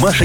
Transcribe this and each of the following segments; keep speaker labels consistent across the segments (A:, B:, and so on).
A: Маша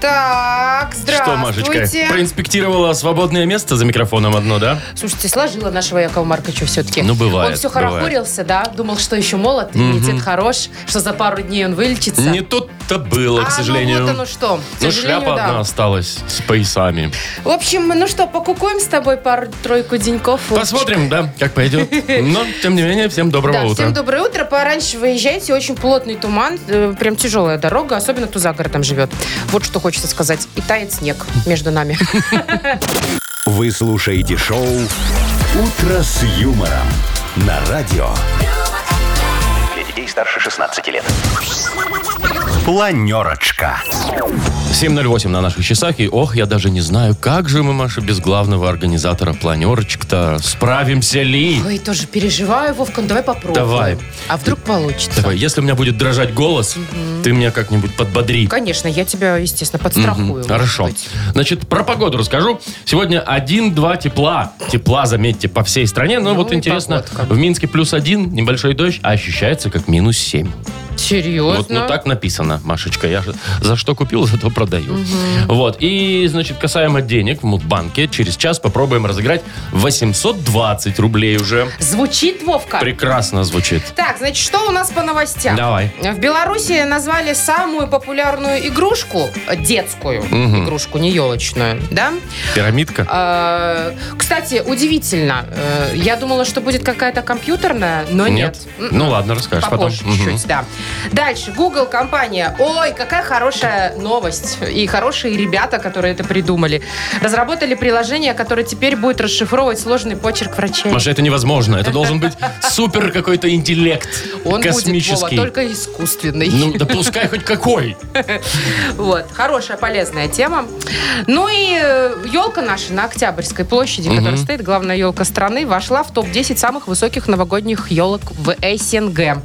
B: Так,
C: Что,
B: здравствуйте.
C: Машечка, проинспектировала свободное место за микрофоном одно, да?
B: Слушайте, сложила нашего Якова Марковича все-таки.
C: Ну, бывает,
B: Он все
C: бывает.
B: хорохорился, да? Думал, что еще молод, и дед хорош, что за пару дней он вылечится.
C: Не тут-то было,
B: А,
C: к
B: ну
C: сожалению.
B: вот оно что. К
C: Ну,
B: сожалению,
C: шляпа
B: да.
C: одна осталась с поясами.
B: В общем, ну что, покукуем с тобой пару-тройку деньков.
C: Посмотрим, да, как пойдет. Но, тем не менее, всем доброго
B: Да,
C: утра.
B: всем доброе утро. Пораньше выезжайте. Очень плотный туман. э, Прям тяжелая дорога. Особенно кто за городом живет. Вот что хочется сказать. И тает снег между нами.
A: Вы слушаете шоу «Утро с юмором» на радио. Для детей старше 16 лет. Планерочка.
C: 7.08 на наших часах, и ох, я даже не знаю, как же мы, Маша, без главного организатора планерочек-то справимся ли?
B: Ой, тоже переживаю, Вовка. Ну, давай попробуем.
C: Давай.
B: А вдруг получится?
C: Давай, если у меня будет дрожать голос, ты меня как-нибудь подбодри.
B: Конечно, я тебя, естественно, подстрахую. может
C: Хорошо.
B: быть.
C: Значит, про погоду расскажу. Сегодня 1-2 тепла. Тепла, заметьте, по всей стране. Но
B: Ну
C: вот
B: и
C: интересно,
B: погодка.
C: в Минске плюс 1, небольшой дождь, а ощущается как минус 7.
B: Серьезно?
C: Вот, ну так написано, Машечка. Я же за что купил, зато продаю. Вот. И, значит, касаемо денег в Мудбанке, через час попробуем разыграть 820 рублей уже.
B: Звучит, Вовка?
C: Прекрасно звучит.
B: Так, значит, что у нас по новостям?
C: Давай.
B: В Беларуси назвали самую популярную игрушку, э, детскую
C: Мгм.
B: игрушку, не елочную, да?
C: Пирамидка.
B: Э, Кстати, удивительно. э, Я думала, что будет какая-то компьютерная, но нет. М-м.
C: Ну ладно, расскажешь
B: Попозже
C: потом. Мгм.
B: чуть-чуть, да. Дальше, Google компания. Ой, какая хорошая новость. И хорошие ребята, которые это придумали. Разработали приложение, которое теперь будет расшифровывать сложный почерк врачей.
C: Маша, это невозможно. Это должен быть супер какой-то интеллект.
B: Он будет, Вова,
C: космический.
B: только искусственный.
C: Ну, да пускай хоть какой.
B: Вот, хорошая, полезная тема. Ну и елка наша на Октябрьской площади, которая стоит, главная елка страны, вошла в топ-10 самых высоких новогодних елок в СНГ.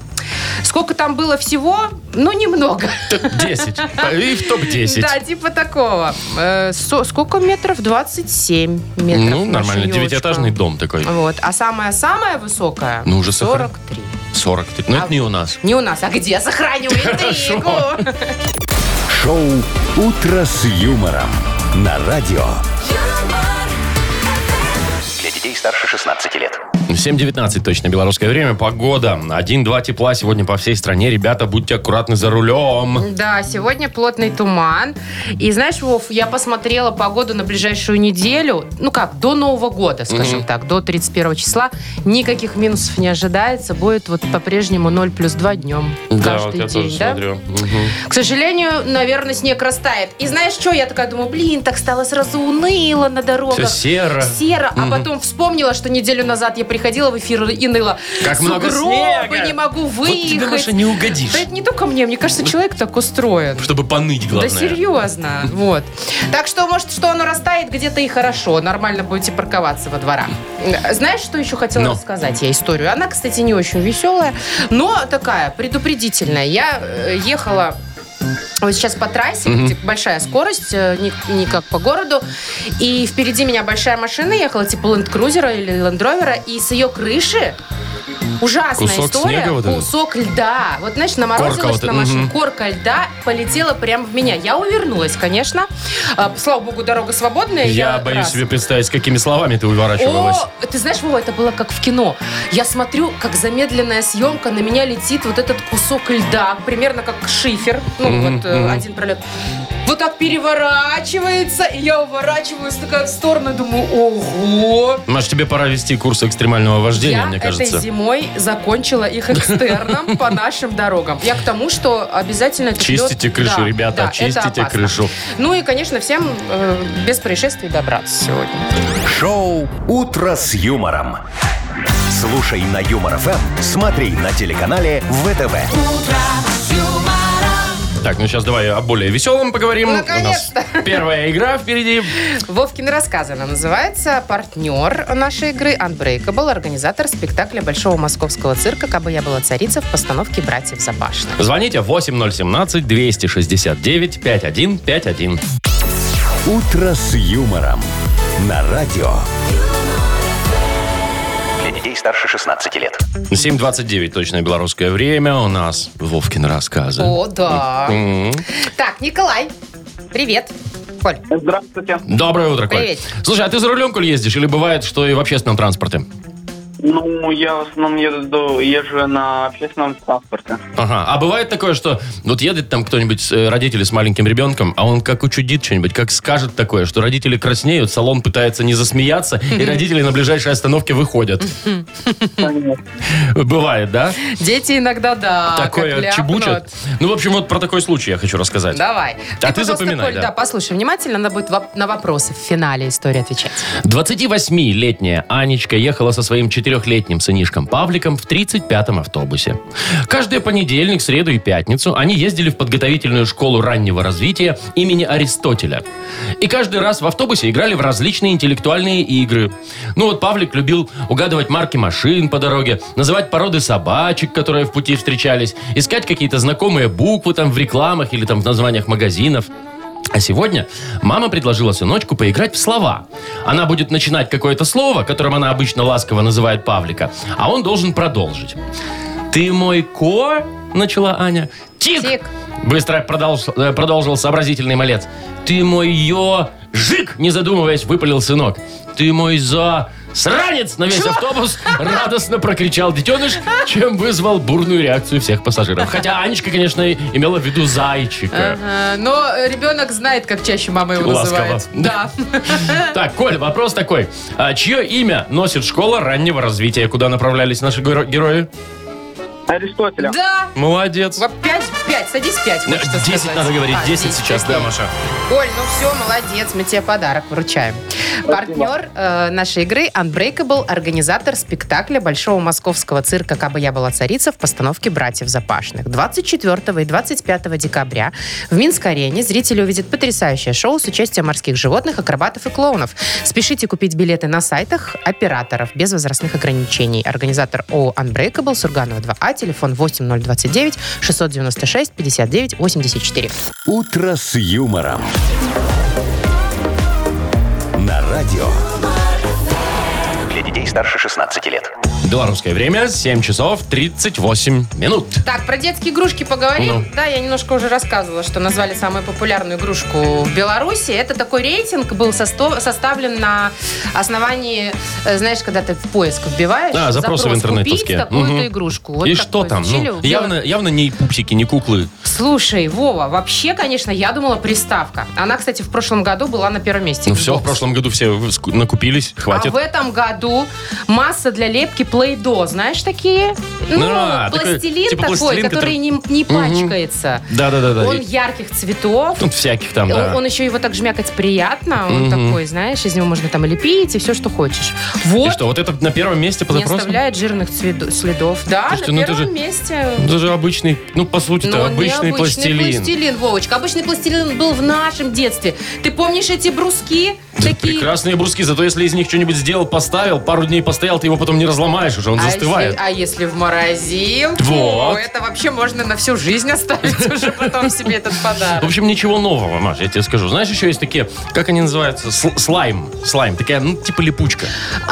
B: Сколько там было всего? Ну, немного.
C: Топ-10. И в топ-10.
B: Да, типа такого. Э, со- Сколько метров? 27 метров.
C: Ну,
B: наша
C: нормально.
B: елочка.
C: Девятиэтажный дом такой.
B: Вот. А самая-самая высокая?
C: Ну, уже сохран-
B: 43.
C: 43. Ну, это не у нас.
B: Не у нас, а где? Сохраню интригу.
A: Шоу «Утро с юмором» на радио. Для детей старше 16 лет.
C: 7.19 точно белорусское время. Погода. 1-2 тепла сегодня по всей стране. Ребята, будьте аккуратны за рулем.
B: Да, сегодня плотный туман. И знаешь, Вов, я посмотрела погоду на ближайшую неделю. Ну как, до Нового года, скажем так, до 31 числа. Никаких минусов не ожидается. Будет вот по-прежнему 0 плюс 2 днем. каждый день, да?
C: Мгм.
B: К сожалению, наверное, снег растает. И знаешь что? Я такая думаю, блин, так стало сразу уныло на дорогах.
C: Всё серо.
B: Серо. А потом вспомнила, что неделю назад я приходила в эфир и ныла.
C: Как много
B: Сугробы,
C: снега!»
B: не могу
C: Вот
B: выехать.
C: тебе, Маша, не угодишь.
B: Да это не только мне, мне кажется, человек так устроен.
C: Чтобы поныть, главное.
B: Да серьезно, вот. Так что, может, что оно растает, где-то и хорошо. Нормально будете парковаться во дворах. Знаешь, что еще хотела
C: Но.
B: рассказать я историю? Она, кстати, не очень веселая, но такая предупредительная. Я э, ехала вот сейчас по трассе, где большая скорость, э, не, не как по городу, и впереди меня большая машина ехала, типа ленд-крузера или лендровера, и с ее крыши ужасная
C: Кусок
B: история,
C: снега вот этот?
B: кусок льда. Вот, знаешь, наморозилась
C: Корка вот
B: на
C: эта,
B: машину,
C: мгм.
B: корка льда полетела прямо в меня. Я увернулась, конечно. А, Слава богу, дорога свободная.
C: Я боюсь
B: раз.
C: себе представить, с какими словами ты уворачивалась.
B: О, ты знаешь, Вова, это было как в кино. Я смотрю, как замедленная съемка, на меня летит вот этот кусок льда, примерно как шифер, ну
C: Мгм,
B: вот э,
C: мгм.
B: один пролет. Вот так переворачивается, и я уворачиваюсь такая в сторону, думаю, ого.
C: Маш, тебе пора вести курс экстремального вождения,
B: я
C: мне кажется.
B: этой зимой закончила их экстерном по нашим дорогам. Я к тому, что обязательно... этот лед-
C: Чистите крышу,
B: Да,
C: ребята,
B: да, это
C: чистите
B: опасно.
C: крышу.
B: Ну и, конечно, всем э, без происшествий добраться сегодня.
A: Шоу «Утро с юмором». Слушай на Юмор ФМ, смотри на телеканале ВТВ.
C: Так, ну сейчас давай о более веселом поговорим. У нас
B: Наконец-то.
C: Первая игра впереди.
B: Вовкины рассказы она называется. Партнер нашей игры Unbreakable, организатор спектакля Большого московского цирка «Кабы я была царица» в постановке «Братьев Запашных».
C: Звоните 8017-269-5151.
A: «Утро с юмором» на радио.
D: Для детей старше 16 лет.
C: 7.29 точное белорусское время. У нас Вовкин рассказы.
B: О, да.
C: М.
B: Так, Николай, привет. Коль,
E: Здравствуйте.
C: Доброе утро, Коль.
B: Привет.
C: Слушай, а ты за рулем, Коль, ездишь? Или бывает, что и в общественном транспорте?
E: Ну, я в основном еду, езжу на общественном транспорте.
C: Ага. А бывает такое, что вот едет там кто-нибудь, э, родители с маленьким ребенком, а он как учудит что-нибудь, как скажет такое, что родители краснеют, салон пытается не засмеяться, и родители на ближайшей остановке выходят.
B: Хм.
C: Бывает, да?
B: дети иногда, да, А, как
C: Такое
B: ляпнут.
C: чебучат. Ну, в общем, вот про такой случай я хочу рассказать.
B: Давай.
C: А ты
B: пожалуйста,
C: запоминай,
B: Коль,
C: да.
B: да, послушай внимательно, она будет воп- на вопросы в финале истории отвечать.
C: 28-летняя Анечка ехала со своим четырехлетним сынишком Павликом в 35-м автобусе. Каждый понедельник, среду и пятницу они ездили в подготовительную школу раннего развития имени Аристотеля. И каждый раз в автобусе играли в различные интеллектуальные игры. Ну вот Павлик любил угадывать марки машин по дороге, называть породы собачек, которые в пути встречались, искать какие-то знакомые буквы там в рекламах или там в названиях магазинов. А сегодня мама предложила сыночку поиграть в слова. Она будет начинать какое-то слово, которым она обычно ласково называет Павлика, а он должен продолжить. «Ты мой ко...» — начала Аня. «Тик!»,
B: Тик.
C: Быстро продолж- э, продолжил сообразительный малец. «Ты мой ё...» «Жик!» — не задумываясь, выпалил сынок. «Ты мой за...» «Сранец!» — на весь автобус радостно прокричал детеныш, чем вызвал бурную реакцию всех пассажиров. Хотя Анечка, конечно, и имела в виду зайчика.
B: Ага, Но э, ребенок знает, как чаще мама его
C: Ласково.
B: называет. Да.
C: Так, Коль, вопрос такой. А чье имя носит школа раннего развития? Куда направлялись наши геро- герои?
E: Аристотеля.
B: Да.
C: Молодец.
B: Вот Пять, пять, садись пять, хочется
C: 10
B: сказать.
C: надо говорить,
B: А,
C: 10 сейчас, да,
B: окей.
C: Маша?
B: Коль, ну все, молодец, мы тебе подарок вручаем. Партнер э, нашей игры Unbreakable, организатор спектакля Большого московского цирка «Кабы я была царица» в постановке «Братьев Запашных». 24 и 25 декабря в Минск-арене зрители увидят потрясающее шоу с участием морских животных, акробатов и клоунов. Спешите купить билеты на сайтах операторов без возрастных ограничений. Организатор ООО Unbreakable, Сурганова 2А, телефон 8029 696 59 84.
A: «Утро с юмором». На радио.
D: Для детей старше 16 лет.
C: Белорусское время 7 часов 38 минут.
B: Так, про детские игрушки поговорим.
C: Ну.
B: Да, я немножко уже рассказывала, что назвали самую популярную игрушку в Беларуси. Это такой рейтинг был состо- составлен на основании, э, знаешь, когда ты в поиск вбиваешь.
C: Да, А, запросы в
B: запрос
C: интернетовские.
B: Купить такую-то
C: Мгм.
B: игрушку.
C: и
B: такой
C: что там?
B: изучили
C: Ну,
B: в Бел-
C: явно, явно не пупсики, не куклы.
B: Слушай, Вова, вообще, конечно, я думала приставка. Она, кстати, в прошлом году была на первом месте.
C: Ну все, в
B: Xbox.
C: прошлом году все ску- накупились,
B: А
C: хватит.
B: в этом году масса для лепки плейдо, знаешь такие? Ну,
C: Да, такой,
B: пластилин
C: типа
B: такой,
C: пластилин,
B: который,
C: который-
B: не, не пачкается.
C: Да-да-да.
B: Он
C: и-
B: ярких цветов. Э,
C: ну, всяких там, да.
B: Он, он еще его так жмякать приятно. Он
C: Мгм.
B: такой, знаешь, из него можно там и лепить, и все, что хочешь. Вот.
C: И что, вот это на первом месте по
B: не
C: запросам?
B: оставляет жирных цведо- следов. Да,
C: Слушайте,
B: на
C: ну это
B: первом
C: же-
B: месте.
C: Это же обычный, ну, по сути-то,
B: Но он
C: обычный,
B: необычный
C: пластилин.
B: Вовочка. Обычный пластилин был в нашем детстве. Ты помнишь эти бруски?
C: Да,
B: такие...
C: Прекрасные бруски, зато если из них что-нибудь сделал, поставил, пару дней постоял, ты его потом не разломаешь уже, он
B: А
C: застывает.
B: если- А если, в морозилку?
C: Вот.
B: Это вообще можно на всю жизнь оставить уже потом себе этот
C: В
B: подарок.
C: общем, ничего нового, Маша, я тебе скажу. Знаешь, еще есть такие, как они называются? Сл- слайм. Слайм. Такая, ну, типа липучка.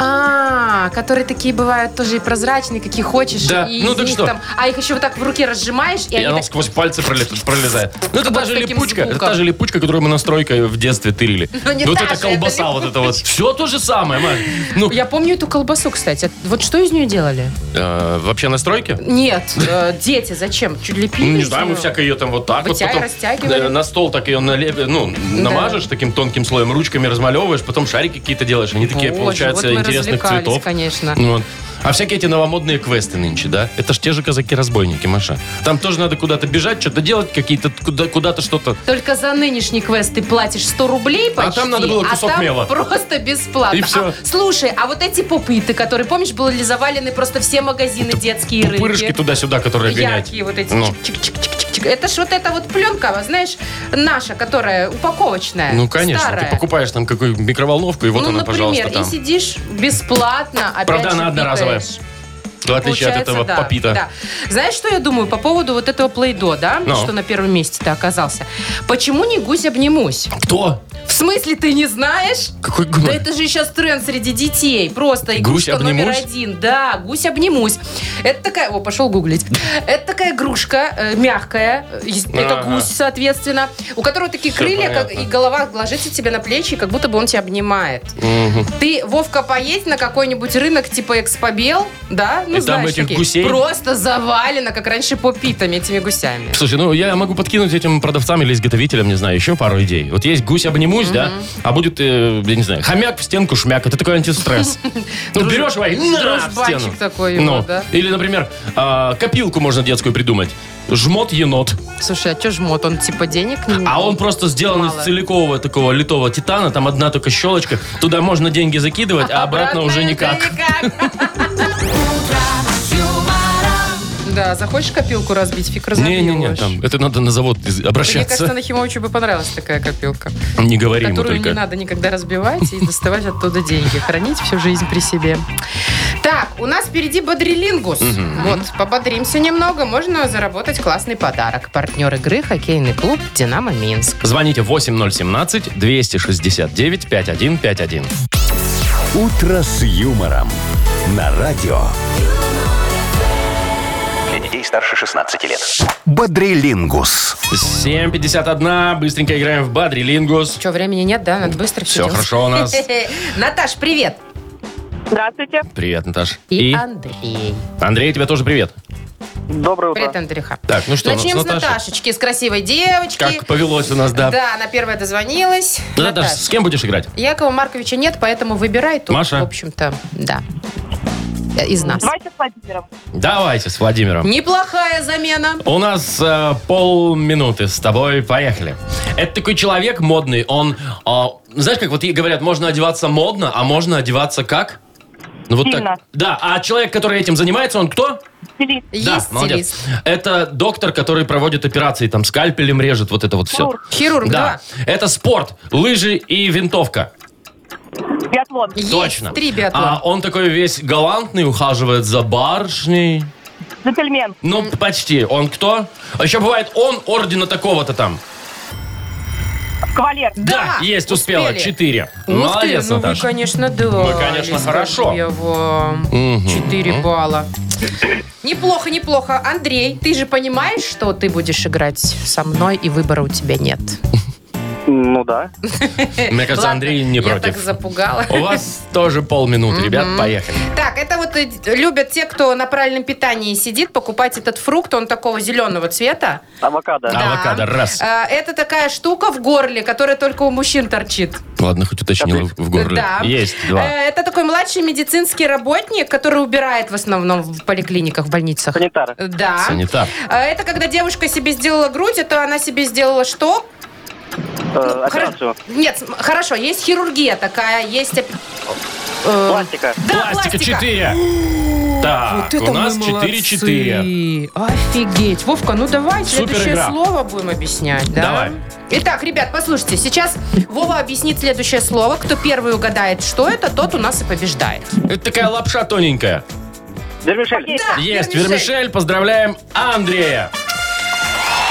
B: А, которые такие бывают тоже и прозрачные, какие хочешь.
C: Да,
B: и
C: ну
B: из
C: так
B: них
C: что?
B: там- а их еще вот так в руке разжимаешь, и,
C: И
B: они
C: она
B: так-
C: сквозь пальцы пролет- пролезает. Ну, это
B: Вот
C: та же
B: с таким
C: липучка. Это
B: звуком.
C: та же липучка, которую мы на стройке в детстве тырили.
B: Ну, не
C: Вот
B: та
C: эта
B: же, это
C: колбаса, вот это вот. Все то же самое, Маш. Ну,
B: Я помню эту колбасу, кстати. Вот что из нее делали?
C: э, вообще на стройке?
B: Нет, э, дети, зачем? Чуть лепили?
C: Ну, не
B: из
C: знаю, мы
B: неё?
C: всякое ее там вот так
B: Вытяй,
C: вот потом
B: растягивали.
C: э, на стол так ее нале- ну, намажешь таким тонким слоем, ручками размалевываешь, потом шарики какие-то делаешь. Они такие,
B: Боже,
C: получаются,
B: вот мы
C: интересных
B: развлекались,
C: цветов.
B: конечно.
C: Ну вот. А всякие эти новомодные квесты нынче, да? Это ж те же казаки-разбойники, Маша. Там тоже надо куда-то бежать, что-то делать, какие-то куда- куда-то что-то.
B: Только за нынешний квест ты платишь 100 рублей почти.
C: там надо было кусок
B: а там
C: мела.
B: просто бесплатно.
C: И всё.
B: А, слушай, а вот эти попыты, которые, помнишь, были завалены просто все магазины детские рынки.
C: Пупырышки туда-сюда, которые гонять.
B: Яркие вот эти.
C: Ну.
B: чик-чик-чик-чик-чик. Чик- Это ж вот эта вот пленка, вот знаешь, наша, которая упаковочная.
C: Ну, конечно.
B: старая.
C: Ты покупаешь там какую микроволновку, и вот
B: ну,
C: она,
B: например,
C: пожалуйста, там.
B: и сидишь бесплатно, опять
C: Правда,
B: же
C: она одноразовая.
B: пикаешь.
C: В отличие от
B: Получается,
C: этого
B: да,
C: попита.
B: да. Знаешь, что я думаю по поводу вот этого плейдо, да?
C: Ну.
B: Что на первом месте-то оказался. Почему не гусь обнимусь?
C: Кто?
B: В смысле, ты не знаешь?
C: Какой
B: Да
C: гной?
B: это же сейчас тренд среди детей. Просто
C: Гусь
B: игрушка номер
C: обнимусь?
B: один. Да, гусь обнимусь. Это такая... О, пошел гуглить. Это такая игрушка э, мягкая. э, из- Это
C: Ага.
B: гусь, соответственно. У которого такие
C: Всё
B: крылья, как-
C: понятно.
B: и голова ложится тебе на плечи, и как будто бы он тебя обнимает.
C: Мгм.
B: Ты, Вовка, поедь на какой-нибудь рынок типа Экспобел, да? Ну,
C: И там
B: знаешь,
C: этих
B: такие,
C: гусей?
B: Просто завалено, как раньше, попитами этими гусями.
C: Слушай, ну я могу подкинуть этим продавцам или изготовителям, не знаю, еще пару идей. Вот есть гусь обнимусь, да, а будет, э, я не знаю, хомяк в стенку шмяк. Это такой антистресс. Ну
B: Друж-
C: берешь, вай, на, в
B: дружбанчик
C: стену.
B: такой его,
C: Ну,
B: да?
C: Или, например, а, копилку можно детскую придумать. Жмот енот.
B: Слушай, а что жмот? Он типа денег не
C: А он просто сделан из
B: Мало.
C: целикового такого литого титана, там одна только щелочка, туда можно деньги закидывать, а обратно уже никак.
B: Да, захочешь копилку разбить, фиг разобьешь.
C: Не-не-не, там, это надо на завод из-
B: Мне кажется,
C: обращаться.
B: Нахимовичу бы понравилась такая копилка,
C: Не говори ему
B: которую не
C: только.
B: надо никогда разбивать и доставать оттуда деньги, хранить всю жизнь при себе. Так, у нас впереди бодрилингус. Вот, пободримся немного, можно заработать классный подарок. Партнер игры хоккейный клуб «Динамо Минск».
C: Звоните 8017-269-5151.
A: «Утро с юмором» на радио
D: Для детей старше 16 лет.
A: «Бодрилингус».
C: 7.51, быстренько играем в Бадрилингус.
B: Что, времени нет, да? Надо быстро
C: Всё
B: делать.
C: хорошо у нас.
B: Наташ, привет.
F: Здравствуйте.
C: Привет, Наташ.
B: И,
C: И
B: Андрей.
C: Андрей, тебя тоже привет.
E: Доброе утро.
B: Привет, Андрюха.
C: Так, ну что,
B: Начнем
C: с
B: с
C: Наташей.
B: Наташечки, с красивой девочки.
C: Как повелось у нас, да.
B: Да, она первая дозвонилась.
C: Ну, Наташ, с кем будешь играть?
B: Якова Марковича нет, поэтому выбирай тут,
C: Маша.
B: в общем-то, да, из нас.
F: Давайте с Владимиром.
C: Давайте с Владимиром.
B: Неплохая замена.
C: У нас э, полминуты с тобой, поехали. Это такой человек модный, он, а, знаешь, как вот и говорят, можно одеваться модно, а можно одеваться как? Ну вот
F: Стильно.
C: так. Да, а человек, который этим занимается, он кто?
F: Филипп.
C: да,
B: Есть
C: молодец.
B: стилист.
C: Это доктор, который проводит операции, там скальпелем режет, вот это вот все.
F: Хирург.
B: Хирург,
C: Да.
B: да.
C: Это спорт, лыжи и винтовка.
F: Биатлон.
B: Есть
C: Точно.
B: три биатлона.
C: А он такой весь галантный, ухаживает за барышней.
F: Джентльмен.
C: Ну, почти. Он кто? А еще бывает он ордена такого-то там.
F: Кавалер.
C: Да,
B: Да,
C: есть, успела.
B: успели.
C: Четыре.
B: Ух
C: Молодец,
B: ты, ну вы,
C: Наташа.
B: конечно, да.
C: Вы, конечно,
B: Лиза
C: хорошо.
B: Гордеева.
C: Мгм.
B: Четыре балла. Неплохо, неплохо. Андрей, ты же понимаешь, что ты будешь играть со мной, и выбора у тебя нет.
E: Ну да.
C: Мне кажется,
B: Ладно,
C: Андрей не
B: Я так
C: против.
B: запугала.
C: У вас тоже полминуты, ребят, поехали.
B: Так, это вот э, любят те, кто на правильном питании сидит, покупать этот фрукт, он такого зеленого цвета.
E: Авокадо.
B: Да.
C: Авокадо, раз.
B: Э, Это такая штука в горле, которая только у мужчин торчит.
C: Ладно, хоть уточнила в горле.
B: э, Да.
C: Есть, два.
B: Э, Это такой младший медицинский работник, который убирает в основном в поликлиниках, в больницах.
E: Санитар.
B: Да.
C: Санитар.
B: Э, Это когда девушка себе сделала грудь, это она себе сделала что?
E: Э, операцию.
B: Хоро- Нет, см- Ну, хорошо, есть хирургия такая, есть... оп- э,
E: Пластика.
B: Да,
C: Пластика 4. Так,
B: Вот это
C: у нас
B: мы
C: 4-4.
B: молодцы. Офигеть. Вовка, ну давай
C: Супер
B: следующее
C: игра.
B: слово будем объяснять, да?
C: Давай.
B: Итак, ребят, послушайте, сейчас Вова объяснит следующее слово. Кто первый угадает, что это, тот у нас и побеждает.
C: Это такая лапша тоненькая.
E: Вермишель.
B: Да,
C: Есть, вермишель, поздравляем Андрея.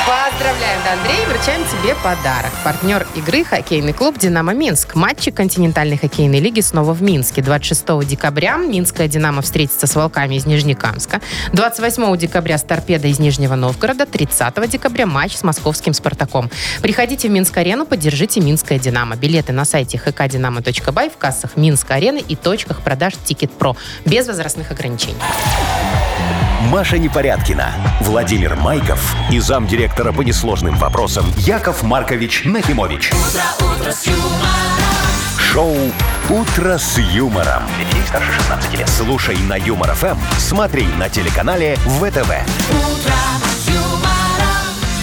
B: Поздравляем, да, Андрей, вручаем тебе подарок. Партнер игры – хоккейный клуб «Динамо Минск». Матчи континентальной хоккейной лиги снова в Минске. 26 декабря «Минская Динамо» встретится с «Волками» из Нижнекамска. 28 декабря с «Торпедо» из Нижнего Новгорода. 30 декабря матч с московским «Спартаком». Приходите в Минск-арену, поддержите «Минское Динамо». Билеты на сайте hkdinamo.by в кассах Минска-арены и точках продаж «Тикет Про» без возрастных ограничений.
A: Маша Непорядкина, Владимир Майков и замдиректора по несложным вопросам Яков Маркович Нахимович. Шоу Утро с юмором.
D: Для детей старше 16 лет.
A: Слушай на юмор ФМ, смотри на телеканале ВТВ.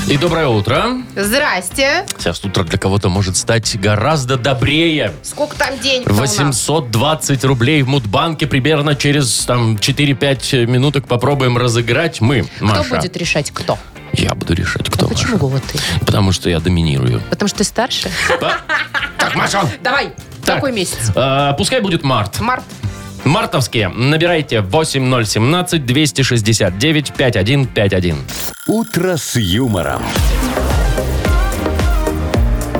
C: И доброе утро.
B: Здрасте!
C: Сейчас утро для кого-то может стать гораздо добрее.
B: Сколько там денег
C: 820 рублей в Мудбанке примерно через там 4-5 минуток попробуем разыграть мы,
B: Кто
C: Маша.
B: будет решать, кто?
C: Я буду решать, кто ваш.
B: Почему вот ты?
C: Потому что я доминирую.
B: Потому что ты старше?
C: Так, Маша!
B: Давай,
C: Так.
B: какой месяц?
C: э, пускай будет март.
B: Март.
C: Мартовские. Набирайте 8017-269-5151.
A: «Утро с юмором».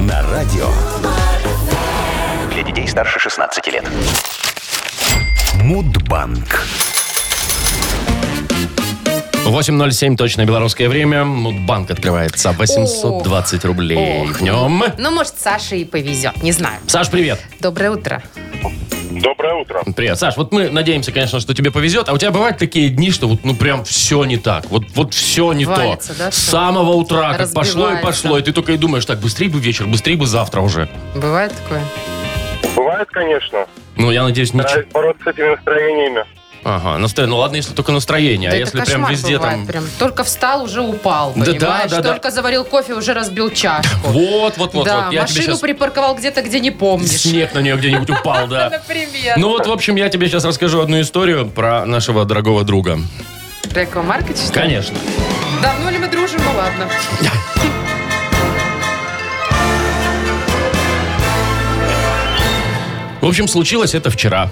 A: На радио
D: Для детей старше 16 лет.
A: Мудбанк.
C: 8.07 точно белорусское время. Мудбанк открывается. 820 рублей.
B: Ох.
C: Днем.
B: Ну, может, Саше и повезет, не знаю.
C: Саш, привет.
B: Доброе утро.
G: Доброе утро.
C: Привет. Саш, вот мы надеемся, конечно, что тебе повезет. А у тебя бывают такие дни, что вот ну прям все не так. Вот, вот все не
B: Валится,
C: то.
B: да,
C: С
B: всё?
C: самого утра как пошло и
B: Разбивается.
C: пошло. И ты только и думаешь, так, быстрее бы вечер, быстрее бы завтра уже.
B: Бывает такое?
C: А
G: Бывает, конечно.
C: Ну, я надеюсь, ничего.
G: Стараюсь бороться с этими настроениями.
C: Ага, настроение. Ну ладно, если только настроение. а
B: Да это
C: если прям
B: кошмар
C: везде
B: бывает,
C: там...
B: Прям. Только встал, уже упал,
C: Да, да,
B: понимаешь?
C: да, да.
B: Только заварил кофе, уже разбил чашку.
C: Вот, вот, вот,
B: да,
C: вот. Я тебе
B: машину
C: сейчас...
B: припарковал где-то, где не помнишь.
C: Снег на нее где-нибудь упал, да.
B: Например.
C: Ну вот, в общем, я тебе сейчас расскажу одну историю про нашего дорогого друга.
B: Про Якова Марковича, что ли?
C: Конечно.
B: Давно ли мы дружим? Ну ладно.
C: В общем, случилось это вчера.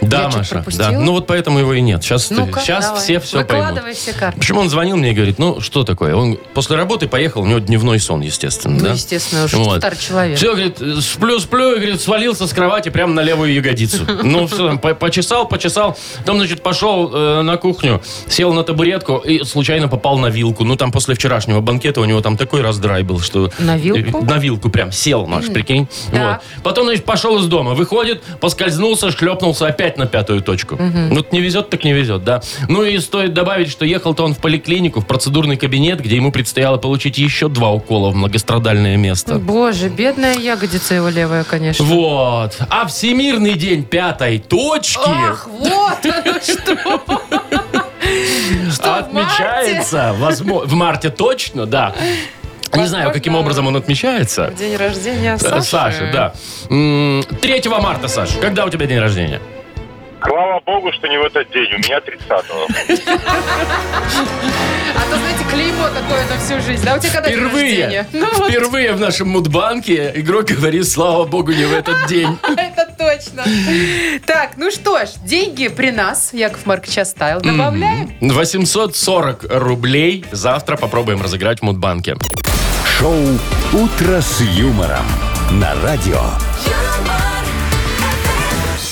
C: Да,
B: Я что-то
C: Маша,
B: пропустила?
C: да. Ну вот поэтому его и нет. Сейчас,
B: Ну-ка,
C: сейчас
B: давай.
C: все все поймут.
B: Выкладывай все
C: В
B: карты.
C: общем, он звонил мне и говорит, ну, что такое? Он после работы поехал, у него дневной сон, естественно,
B: Ну,
C: да?
B: естественно, уж старый человек.
C: Все, говорит, сплю-сплю, и, говорит, свалился с кровати прямо на левую ягодицу. Ну, все, там, по- почесал, почесал. Потом, значит, пошел э, на кухню, сел на табуретку и случайно попал на вилку. Ну, там после вчерашнего банкета у него там такой раздрай был, что...
B: На вилку?
C: Э, На вилку прям сел, Маш, прикинь.
B: Так.
C: Вот. Потом, значит, пошел из дома, выходит, поскользнулся, шлепнулся опять на пятую точку. Ну, вот не везет, так не везет, да. Ну, и стоит добавить, что ехал-то он в поликлинику, в процедурный кабинет, где ему предстояло получить еще два укола в многострадальное место.
B: Боже, бедная ягодица его левая, конечно.
C: Вот. А Всемирный день пятой точки
B: Ах, вот оно что! Что, в марте?
C: отмечается возмо- в марте точно, да. Не знаю, каким
B: Возможно.
C: образом он отмечается.
B: День рождения
C: Э,
B: Саши.
C: Саша, да. М, 3 марта, Саша. Когда у тебя день рождения?
G: Слава богу, что не в этот день. У меня 30-го.
B: А то, знаете, клеймо такое на всю жизнь. Да, у тебя когда день
C: Впервые,
B: рождения? Ну вот,
C: впервые в нашем мудбанке игрок говорит, слава богу, не в этот день.
B: это точно. Так, ну что ж, деньги при нас. Яков Маркович оставил. Добавляем.
C: 840 рублей завтра попробуем разыграть в мудбанке.
A: Шоу «Утро с юмором». На радио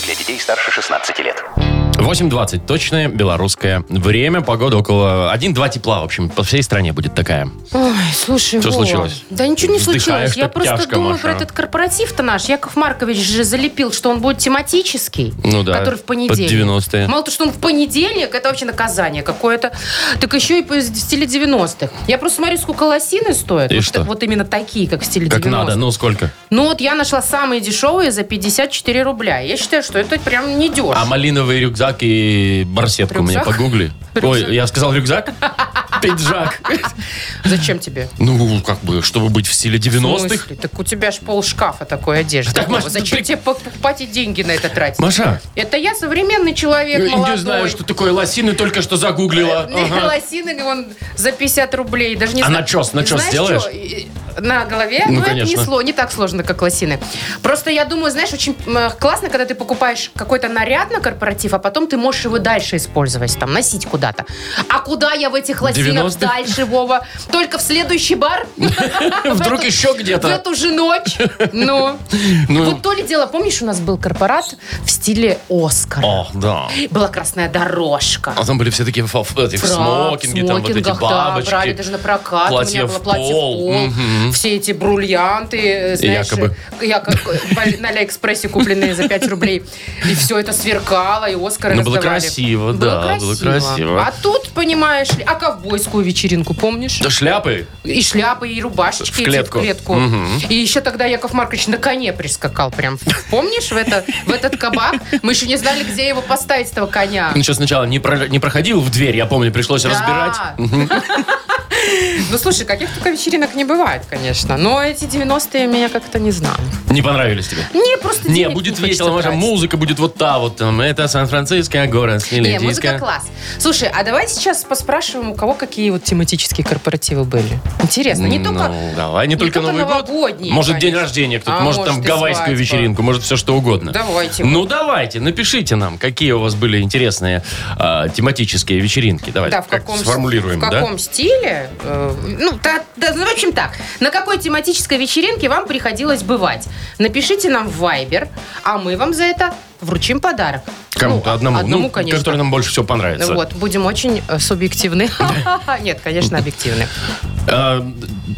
D: Для детей старше 16 лет.
C: 8.20, точное белорусское время. Погода около 1-2 тепла, в общем, по всей стране будет такая.
B: Ой, слушай,
C: Что
B: Вова,
C: случилось?
B: Да ничего не
C: Вздыхаешь
B: случилось. Я
C: так
B: просто
C: тяжко,
B: думаю
C: Маша.
B: про этот корпоратив-то наш. Яков Маркович же залепил, что он будет тематический.
C: Ну да,
B: Который в
C: под
B: понедельник.
C: 90-е.
B: Мало того, что он в понедельник, это вообще наказание какое-то. Так еще и по- в стиле 90-х. Я просто смотрю, сколько лосины стоят.
C: И
B: вот,
C: что?
B: вот именно такие, как в стиле
C: Как
B: 90-х.
C: надо, ну сколько?
B: Ну вот я нашла самые дешевые за 54 рубля. Я считаю, что это прям не дешево.
C: А малиновый рюкзак и барсетка у меня
B: Рюкзак?
C: погугли. Ой, я сказал рюкзак? Пиджак.
B: Зачем тебе?
C: Ну, как бы, чтобы быть в стиле
B: В
C: 90-х.
B: смысле? Так у тебя ж пол шкафа такой одежды.
C: Ну, Так, Маш,
B: Ну, Зачем
C: ты-
B: тебе покупать и деньги на это тратить?
C: Маша,
B: Это я современный человек,
C: я
B: молодой. Э,
C: не знаю, что такое лосины, только что загуглила. Ага.
B: Лосины, он за 50 рублей. Даже не
C: А
B: знаю.
C: начес, начес
B: Знаешь,
C: делаешь?
B: что? И- На голове?
C: Ну,
B: Ну, это не,
C: конечно.
B: сло- не так сложно, как лосины. Просто я думаю, знаешь, очень м, э, классно, когда ты покупаешь какой-то наряд на корпоратив, а потом ты можешь его дальше использовать, там, носить куда-то. А куда я в этих лосинах
C: 90-х?
B: дальше, Вова? Только в следующий бар?
C: Вдруг еще
B: В
C: где-то.
B: эту же ночь? Ну. Вот то ли дело, помнишь, у нас был корпорат в стиле Оскар.
C: О, да.
B: Была красная дорожка.
C: А там были все такие фа- ф- эти, в
B: Фрак,
C: смокинге, там вот эти
B: смокингах, да, брали
C: бабочки.
B: даже на прокат.
C: платье
B: У меня было
C: в
B: платье
C: пол.
B: в пол.
C: Мгм.
B: Все эти бриллианты, э, знаешь,
C: якобы.
B: э, яко- бо- на Алиэкспрессе купленные за 5 рублей. И все это сверкало, и Оскары
C: Ну, было
B: раздавали.
C: красиво, да, было красиво.
B: А тут, понимаешь ли, а ковбойскую вечеринку, помнишь?
C: Да шляпы.
B: И шляпы, и рубашечки
C: В
B: эти
C: клетку.
B: в клетку.
C: Мгм.
B: И еще тогда Яков Маркович на коне прискакал прям. Помнишь, в, это, в этот кабак? Мы еще не знали, где его поставить, этого коня.
C: Ну, что сначала не, про- не проходил в дверь, я помню, пришлось
B: Да.
C: разбирать. Мгм.
B: Ну, слушай, каких только вечеринок не бывает, конечно. Но эти 90-е меня как-то не знаю.
C: Не понравились тебе?
B: Не, просто
C: Не,
B: денег
C: будет
B: хочется
C: весело, Маша,
B: тратить.
C: музыка будет вот та вот там. Это Сан-Франциско, город с
B: Не, музыка
C: диско.
B: класс. Слушай, а давай сейчас поспрашиваем, у кого какие вот тематические корпоративы были. Интересно, не только...
C: Ну, давай, не,
B: не
C: только,
B: только
C: Новый год.
B: новогодние,
C: Может,
B: конечно.
C: день рождения кто-то,
B: А,
C: может, там
B: может, и
C: гавайскую
B: свадьба.
C: вечеринку, может, все что угодно.
B: Давайте.
C: Ну, давайте, напишите нам, какие у вас были интересные а, тематические вечеринки. Давайте
B: Да, в каком,
C: сформулируем,
B: в каком стиле? э, ну, та- да, ну, в общем так, на какой тематической вечеринке вам приходилось бывать? Напишите нам в Viber, а мы вам за это вручим подарок.
C: да? Кому-то
B: Ну,
C: одному.
B: Одному,
C: ну,
B: конечно. Ну
C: Который нам больше всего понравится.
B: Вот, будем очень э, субъективны. Нет, конечно, объективны.
C: А,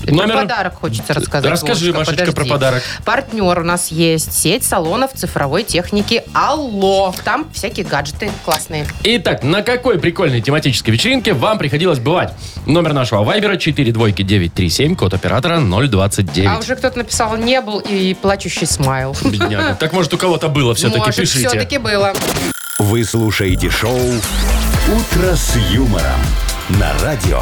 B: Про
C: номер...
B: подарок хочется рассказать.
C: Расскажи,
B: Вовочка,
C: Машечка,
B: подожди.
C: про подарок.
B: Партнер у нас есть сеть салонов цифровой техники «Алло». Там всякие гаджеты классные.
C: Итак, на какой прикольной тематической вечеринке вам приходилось бывать? Номер нашего вайбера 42937, код оператора 029.
B: А уже кто-то написал «не был» и плачущий смайл.
C: Бедняга. Так может у кого-то было все-таки,
B: Может,
C: пишите.
B: все-таки было.
A: Вы слушаете шоу «Утро с юмором» на радио.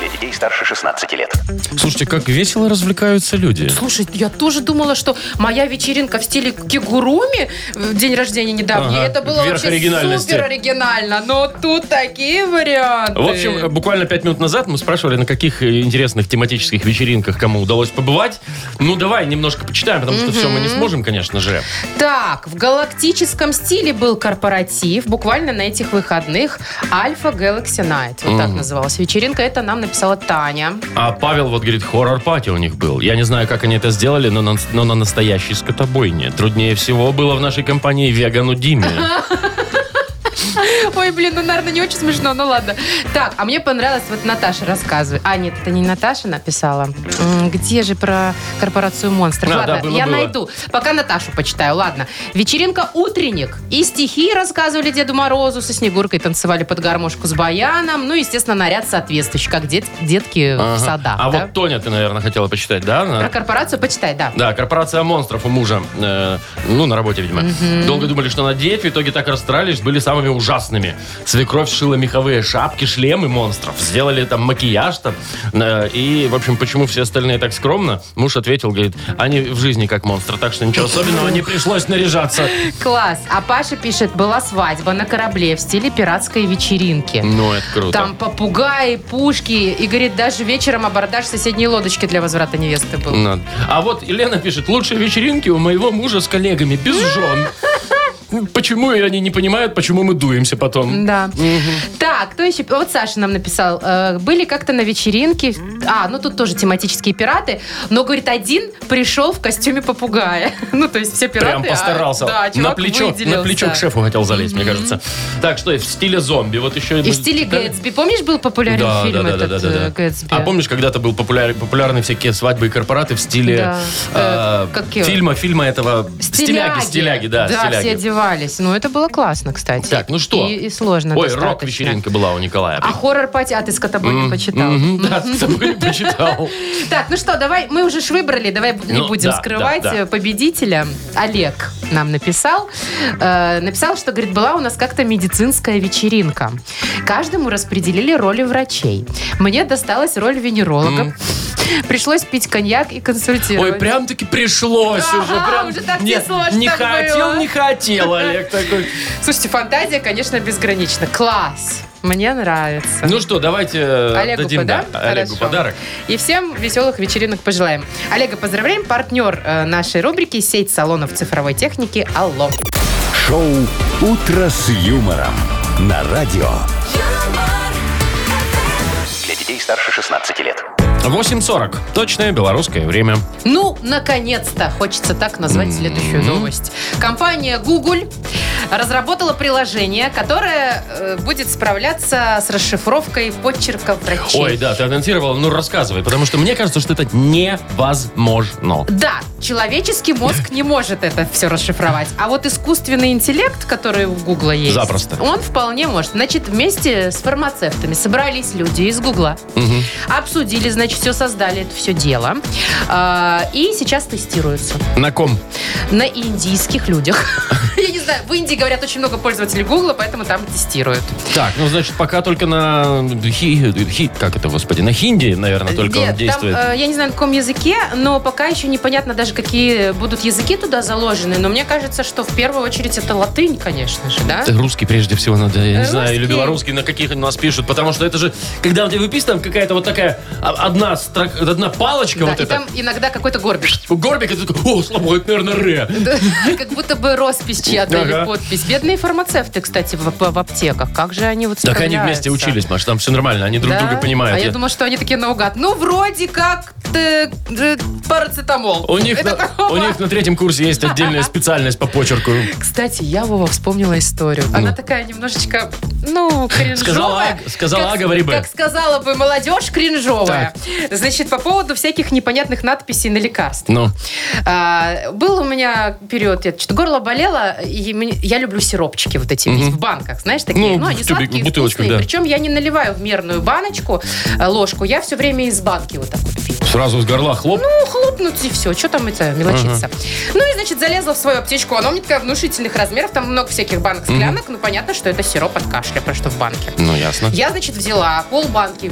D: Для детей старше 16 лет.
C: Слушайте, как весело развлекаются люди.
B: Слушай, я тоже думала, что моя вечеринка в стиле кигуруми в день рождения недавний,
C: Ага,
B: это было
C: верх
B: вообще
C: оригинальности.
B: супер оригинально. Но тут такие варианты.
C: В общем, э, буквально пять минут назад мы спрашивали, на каких э, интересных тематических вечеринках кому удалось побывать. Ну, давай немножко почитаем, потому что все мы не сможем, конечно же.
B: Так, в галактическом стиле был корпоратив. Буквально на этих выходных Альфа Galaxy Night. Вот так
C: Мгм.
B: называлась вечеринка. Это нам написала Таня.
C: А Павел вот говорит, хоррор-пати у них был. Я не знаю, как они это сделали, но на, но на настоящей скотобойне. Труднее всего было в нашей компании вегану Диме.
B: Ой, блин, ну, наверное, не очень смешно, ну ладно. Так, а мне понравилось, вот Наташа рассказывает. А, нет, это не Наташа написала. М, Где же про корпорацию монстров?
C: А,
B: ладно,
C: да, было,
B: я
C: было.
B: найду. Пока Наташу почитаю, ладно. Вечеринка «Утренник». И стихи рассказывали Деду Морозу, со Снегуркой танцевали под гармошку с баяном. Ну, естественно, наряд соответствующий, как дет- детки
C: Ага.
B: в садах.
C: А
B: да?
C: вот Тоня ты, наверное, хотела почитать, да? Она-
B: Про корпорацию почитай, да.
C: Да, корпорация монстров у мужа. э, ну, на работе, видимо. Долго думали, что надеть, в итоге так расстарались, были самыми ужасными. Свекровь сшила меховые шапки, шлемы монстров. Сделали там макияж там. э, и, в общем, почему все остальные так скромно? Муж ответил, говорит, они в жизни как монстры, так что ничего особенного, не пришлось наряжаться.
B: Класс. А Паша пишет, была свадьба на корабле в стиле пиратской вечеринки.
C: Ну, это круто.
B: Там попугаи, пушки. И, говорит, даже вечером абордаж соседней лодочки для возврата невесты был.
C: Надо. А вот Елена пишет, лучшие вечеринки у моего мужа с коллегами, без жен. Почему и они не понимают, почему мы дуемся потом?
B: Да. Так, кто еще? Вот Саша нам написал. э, Были как-то на вечеринке. А, ну тут тоже тематические пираты. Но, говорит, один пришел в костюме попугая. Ну, то есть все
C: Прям
B: пираты. а,
C: постарался.
B: да,
C: на
B: чувак
C: плечо, на
B: выделился.
C: плечо к шефу хотел залезть, мне кажется. Так, что и в стиле зомби. Вот еще
B: И в стиле Гэтсби. Помнишь, был популярный
C: Да, да,
B: фильм
C: да, да,
B: этот
C: да, да.
B: э, Гэтсби?
C: А помнишь, когда-то был популяр- популярны всякие свадьбы и корпораты в стиле
B: Да.
C: э,
B: Э, как его?
C: фильма, фильма этого стиляги, стиляги, да,
B: Да,
C: стиляги.
B: все одевались. Ну, это было классно, кстати.
C: Так, ну что?
B: И, и сложно
C: Ой,
B: достаточно.
C: рок вечеринка была у Николая.
B: А хоррор-пати, а ты скотобой не почитал.
C: Мгм, да, с тобой почитал.
B: Так, ну что, давай, мы уже ж выбрали, давай не
C: Ну,
B: будем
C: да,
B: скрывать
C: да, да.
B: э, победителя. Олег нам написал, э, написал, что, говорит, была у нас как-то медицинская вечеринка. Каждому распределили роли врачей. Мне досталась роль венеролога. Пришлось пить коньяк и консультировать.
C: Ой, прям-таки пришлось
B: Ага,
C: уже. Прям...
B: уже так
C: Нет,
B: сложно
C: не хотел,
B: было.
C: не хотел, Олег такой.
B: Слушайте, фантазия, конечно, безгранична. Класс! Мне нравится.
C: Ну что, давайте э,
B: Олегу
C: дадим да,
B: подарок.
C: Олегу подарок.
B: И всем веселых вечеринок пожелаем. Олега поздравляем. Партнер э, нашей рубрики сеть салонов цифровой техники Алло.
A: Шоу «Утро с юмором» на радио.
D: Для детей старше 16 лет.
C: 8.40. Точное белорусское время.
B: Ну, наконец-то, хочется так
C: М-м-м.
B: назвать следующую новость. Компания Google разработала приложение, которое э, будет справляться с расшифровкой подчерков врачей.
C: Ой, да, ты анонсировала, ну рассказывай, потому что мне кажется, что это невозможно.
B: Да, человеческий мозг не может это все расшифровать. А вот искусственный интеллект, который у Гугла есть,
C: Запросто.
B: он вполне может. Значит, вместе с фармацевтами собрались люди из Гугла, обсудили, значит, все создали, это все дело. А, И сейчас тестируются.
C: На ком?
B: На индийских людях. Я не знаю, в Индии говорят, очень много пользователей Гугла, поэтому там тестируют.
C: Так, ну, значит, пока только на... Хи, хи- как это, господи, на хинди, наверное, только
B: Нет,
C: он действует.
B: Там, э, я не знаю, на каком языке, но пока еще непонятно даже, какие будут языки туда заложены. Но мне кажется, что в первую очередь это латынь, конечно же, да?
C: Это Русский прежде всего надо, я не знаю, или
B: а? Русский.
C: белорусский, на каких нас пишут, потому что это же, когда тебе выписывают, там какая-то вот такая а- одна, строк- одна палочка
B: Да,
C: вот
B: и
C: эта.
B: там иногда какой-то горбик.
C: Горбик, и ты такой, о, слабо, это, наверное, ре.
B: Да, Как будто бы роспись чья-то
C: Ага.
B: или подпись. Бедные фармацевты, кстати, в, в аптеках. Как же они вот
C: Так они вместе
B: справляются?
C: учились, Маш, там все нормально, они друг
B: Да?
C: друга понимают.
B: А я
C: Я-
B: думала, что они такие наугад. Ну, вроде как э, э, парацетамол.
C: У них,
B: Это
C: на,
B: такого.
C: у них на третьем курсе есть отдельная специальность по почерку.
B: Кстати, я, Вова, вспомнила историю. Она
C: Ну.
B: такая немножечко, ну, кринжовая.
C: Сказала А, сказала
B: Как-
C: А, говори Б.
B: Как сказала бы молодежь, кринжовая. Значит, по поводу всяких непонятных надписей на лекарства.
C: Ну,
B: А, был у меня период, я что-то горло болело, и мне- я люблю сиропчики вот эти
C: Мгм.
B: в банках, знаешь, такие,
C: Ну,
B: ну,
C: в
B: они
C: тюбик-
B: сладкие,
C: в бутылочках,
B: вкусные.
C: да.
B: Причем я не наливаю в мерную баночку э, ложку, я все время из банки вот так вот пью.
C: сразу с горла хлоп.
B: Ну, хлопнуть и все. Что там это мелочиться? Ну и, значит, залезла в свою аптечку. Она у меня такая внушительных размеров. Там много всяких банок, склянок. Ну, понятно, что это сироп от кашля, потому что в банке.
C: Ну, ясно.
B: Я, значит, взяла полбанки.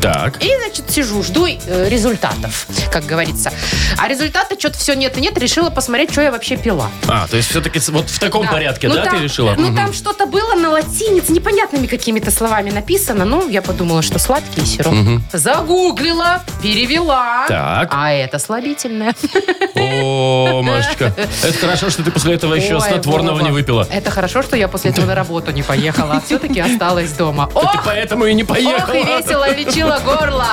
C: Так.
B: И, значит, сижу, жду э, результатов, как говорится. А результата что-то все нет и нет. Решила посмотреть, что я вообще пила.
C: А, то есть все-таки вот в таком
B: Да.
C: порядке,
B: Ну,
C: да,
B: там-
C: ты решила?
B: Ну,
C: Мгм.
B: там что-то было на латинице, непонятными какими-то словами написано. Ну, я подумала, что сладкий сироп.
C: Мгм.
B: Загуглила, перевела.
C: Так.
B: А это слабительное.
C: О, Машечка, это хорошо, что ты после этого еще
B: А. Ой,
C: снотворного
B: Вова,
C: не выпила.
B: Это хорошо, что я после этого на работу не поехала, а все-таки осталась дома.
C: Ты
B: Ох,
C: поэтому и не
B: ох, и
C: поехала.
B: весело лечила горло.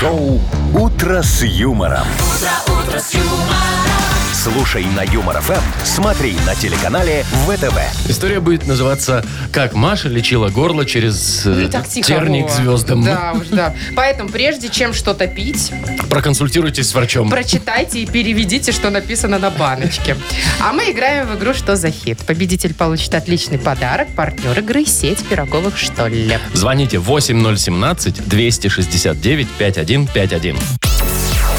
A: Шоу «Утро с юмором». Слушай на Юмор ФМ, смотри на телеканале ВТВ.
C: История будет называться «Как Маша лечила горло через э,
B: Не Ну так тихо,
C: терник
B: Вова.
C: звездам».
B: Да уж, да. Поэтому прежде чем что-то пить,
C: Проконсультируйтесь с врачом.
B: прочитайте и переведите, что написано на баночке. А мы играем в игру «Что за хит?». Победитель получит отличный подарок. Партнер игры «Сеть пироговых, что ли».
C: Звоните 8017-269-5151.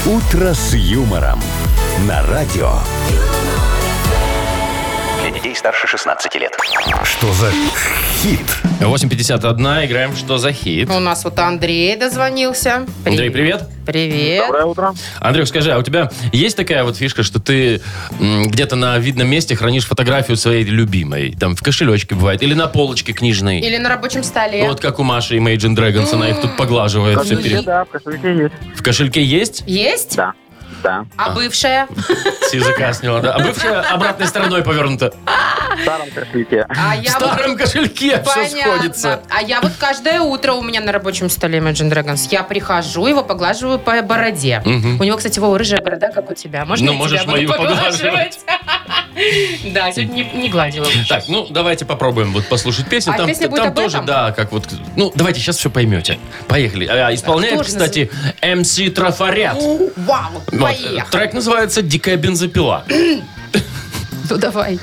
A: «Утро с юмором» на радио.
D: Для детей старше 16 лет.
A: Что за хит?
C: 8.51, играем «Что за хит?».
B: Ну, У нас вот Андрей дозвонился.
C: Андрей, привет.
B: Привет.
E: Доброе утро.
C: Андрюх, скажи, а у тебя есть такая вот фишка, что ты м, где-то на видном месте хранишь фотографию своей любимой? Там в кошелечке бывает, или на полочке книжной?
B: Или на рабочем столе.
C: Ну, Вот как у Маши и Imagine Dragons, она их тут поглаживает. всё пере-
E: Да, в кошельке есть.
C: В кошельке есть?
B: Есть?
E: Да. Да.
B: А бывшая?
C: С языка сняла, да. А бывшая обратной стороной повернута.
E: В старом кошельке.
B: А
C: В
B: я вот-
C: старом кошельке все
B: Понятно.
C: сходится.
B: А я вот каждое утро у меня на рабочем столе Imagine Dragons. Я прихожу, его поглаживаю по бороде.
C: Мгм.
B: У него, кстати, Вова, рыжая борода, как у тебя. Можно
C: Ну,
B: я
C: можешь
B: тебя буду
C: мою поглаживать.
B: поглаживать? Да, сегодня не- не гладила. вообще.
C: Так, ну давайте попробуем вот послушать песню.
B: А
C: там
B: песня будет
C: там
B: об
C: тоже,
B: этом?
C: да, как вот. Ну, давайте сейчас все поймете. Поехали. А, исполняет,
B: Кто же
C: кстати, МС Трафарет.
B: У, Вау,
C: Вот, э,
B: поехали.
C: Трек называется Дикая бензопила.
B: Ну, давай.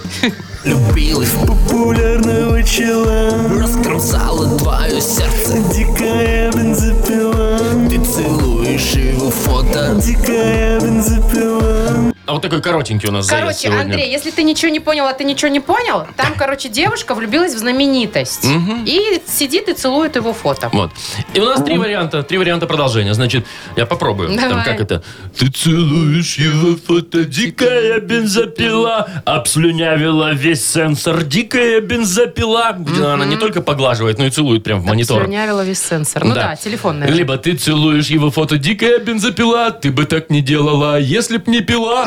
H: влюбилась в популярного чела Раскромсала твое сердце Дикая бензопила Ты целуешь его фото Дикая бензопила
C: А вот такой коротенький у нас заезд
B: Короче,
C: сегодня.
B: Андрей, если ты ничего не понял, а ты ничего не понял, там, короче, девушка влюбилась в знаменитость. И сидит и целует его фото.
C: Вот. И у нас три варианта, три варианта продолжения. Значит, я попробую. Там
B: Давай.
C: как это? Ты целуешь его фото, дикая бензопила, обслюнявила весь сенсор, дикая бензопила. Где она не только поглаживает, но и целует прям в монитор.
B: Слюнявила весь сенсор. Ну да, телефон, наверное.
C: Либо ты целуешь его фото, дикая бензопила, ты бы так не делала, если б не пила.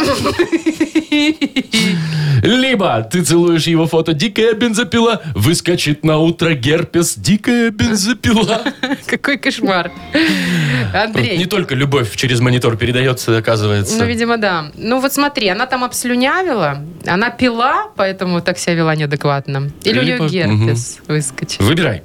C: Либо ты целуешь его фото, дикая бензопила, выскочит на утро герпес, дикая бензопила.
B: Какой кошмар.
C: Не
B: Андрей.
C: только любовь через монитор передается, оказывается.
B: Ну, видимо, да. Ну, вот смотри, она там обслюнявила, она пила, поэтому так себя вела неадекватно. Или у
C: Либо-
B: нее герпес выскочил.
C: Выбирай.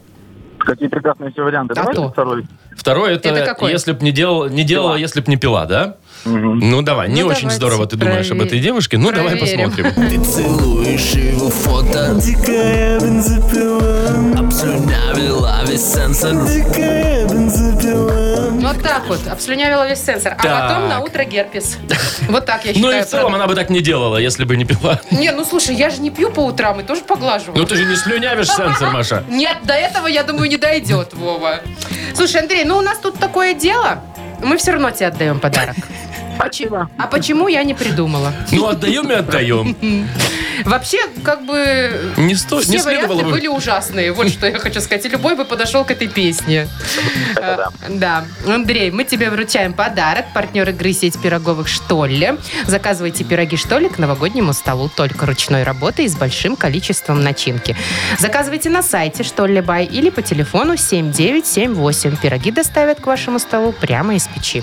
E: Какие прекрасные все варианты.
B: А то.
E: Давайте второй.
C: Второе это,
B: Это какой?
C: если б не делал, не делала, если б не пила, да? Ну давай, не
B: Ну,
C: очень
B: давайте
C: здорово ты думаешь об
B: прове-
C: этой девушке. Ну давай
B: проверим.
C: посмотрим.
H: Ты целуешь его фото Дикая бензопила Обслюнявила весь сенсор Дикая бензопила
B: Ну, Вот так вот. Обслюнявила весь сенсор. А
C: Так.
B: потом на утро герпес. Вот так я считаю.
C: Ну и в целом
B: правда.
C: она бы так не делала, если бы не пила.
B: Не, ну слушай, я же не пью по утрам и тоже поглаживаю.
C: Ну ты же не слюнявишь сенсор, Маша.
B: Нет, до этого, я думаю, не дойдет, Вова. Слушай, Андрей, ну у нас тут такое дело. Мы все равно тебе отдаем подарок. Почему? А почему я не придумала?
C: Ну отдаем и отдаем.
B: Вообще, как бы...
C: Не, сто...
B: Все
C: не следовало
B: варианты
C: бы.
B: были ужасные. Вот что я хочу сказать. И любой бы подошел к этой песне. Э, Да. Андрей, мы тебе вручаем подарок. Партнер игры сеть пироговых «Что ли?». Заказывайте пироги «Что ли?» к новогоднему столу. Только ручной работы и с большим количеством начинки. Заказывайте на сайте «Что ли бай» или по телефону 7978. Пироги доставят к вашему столу прямо из печи.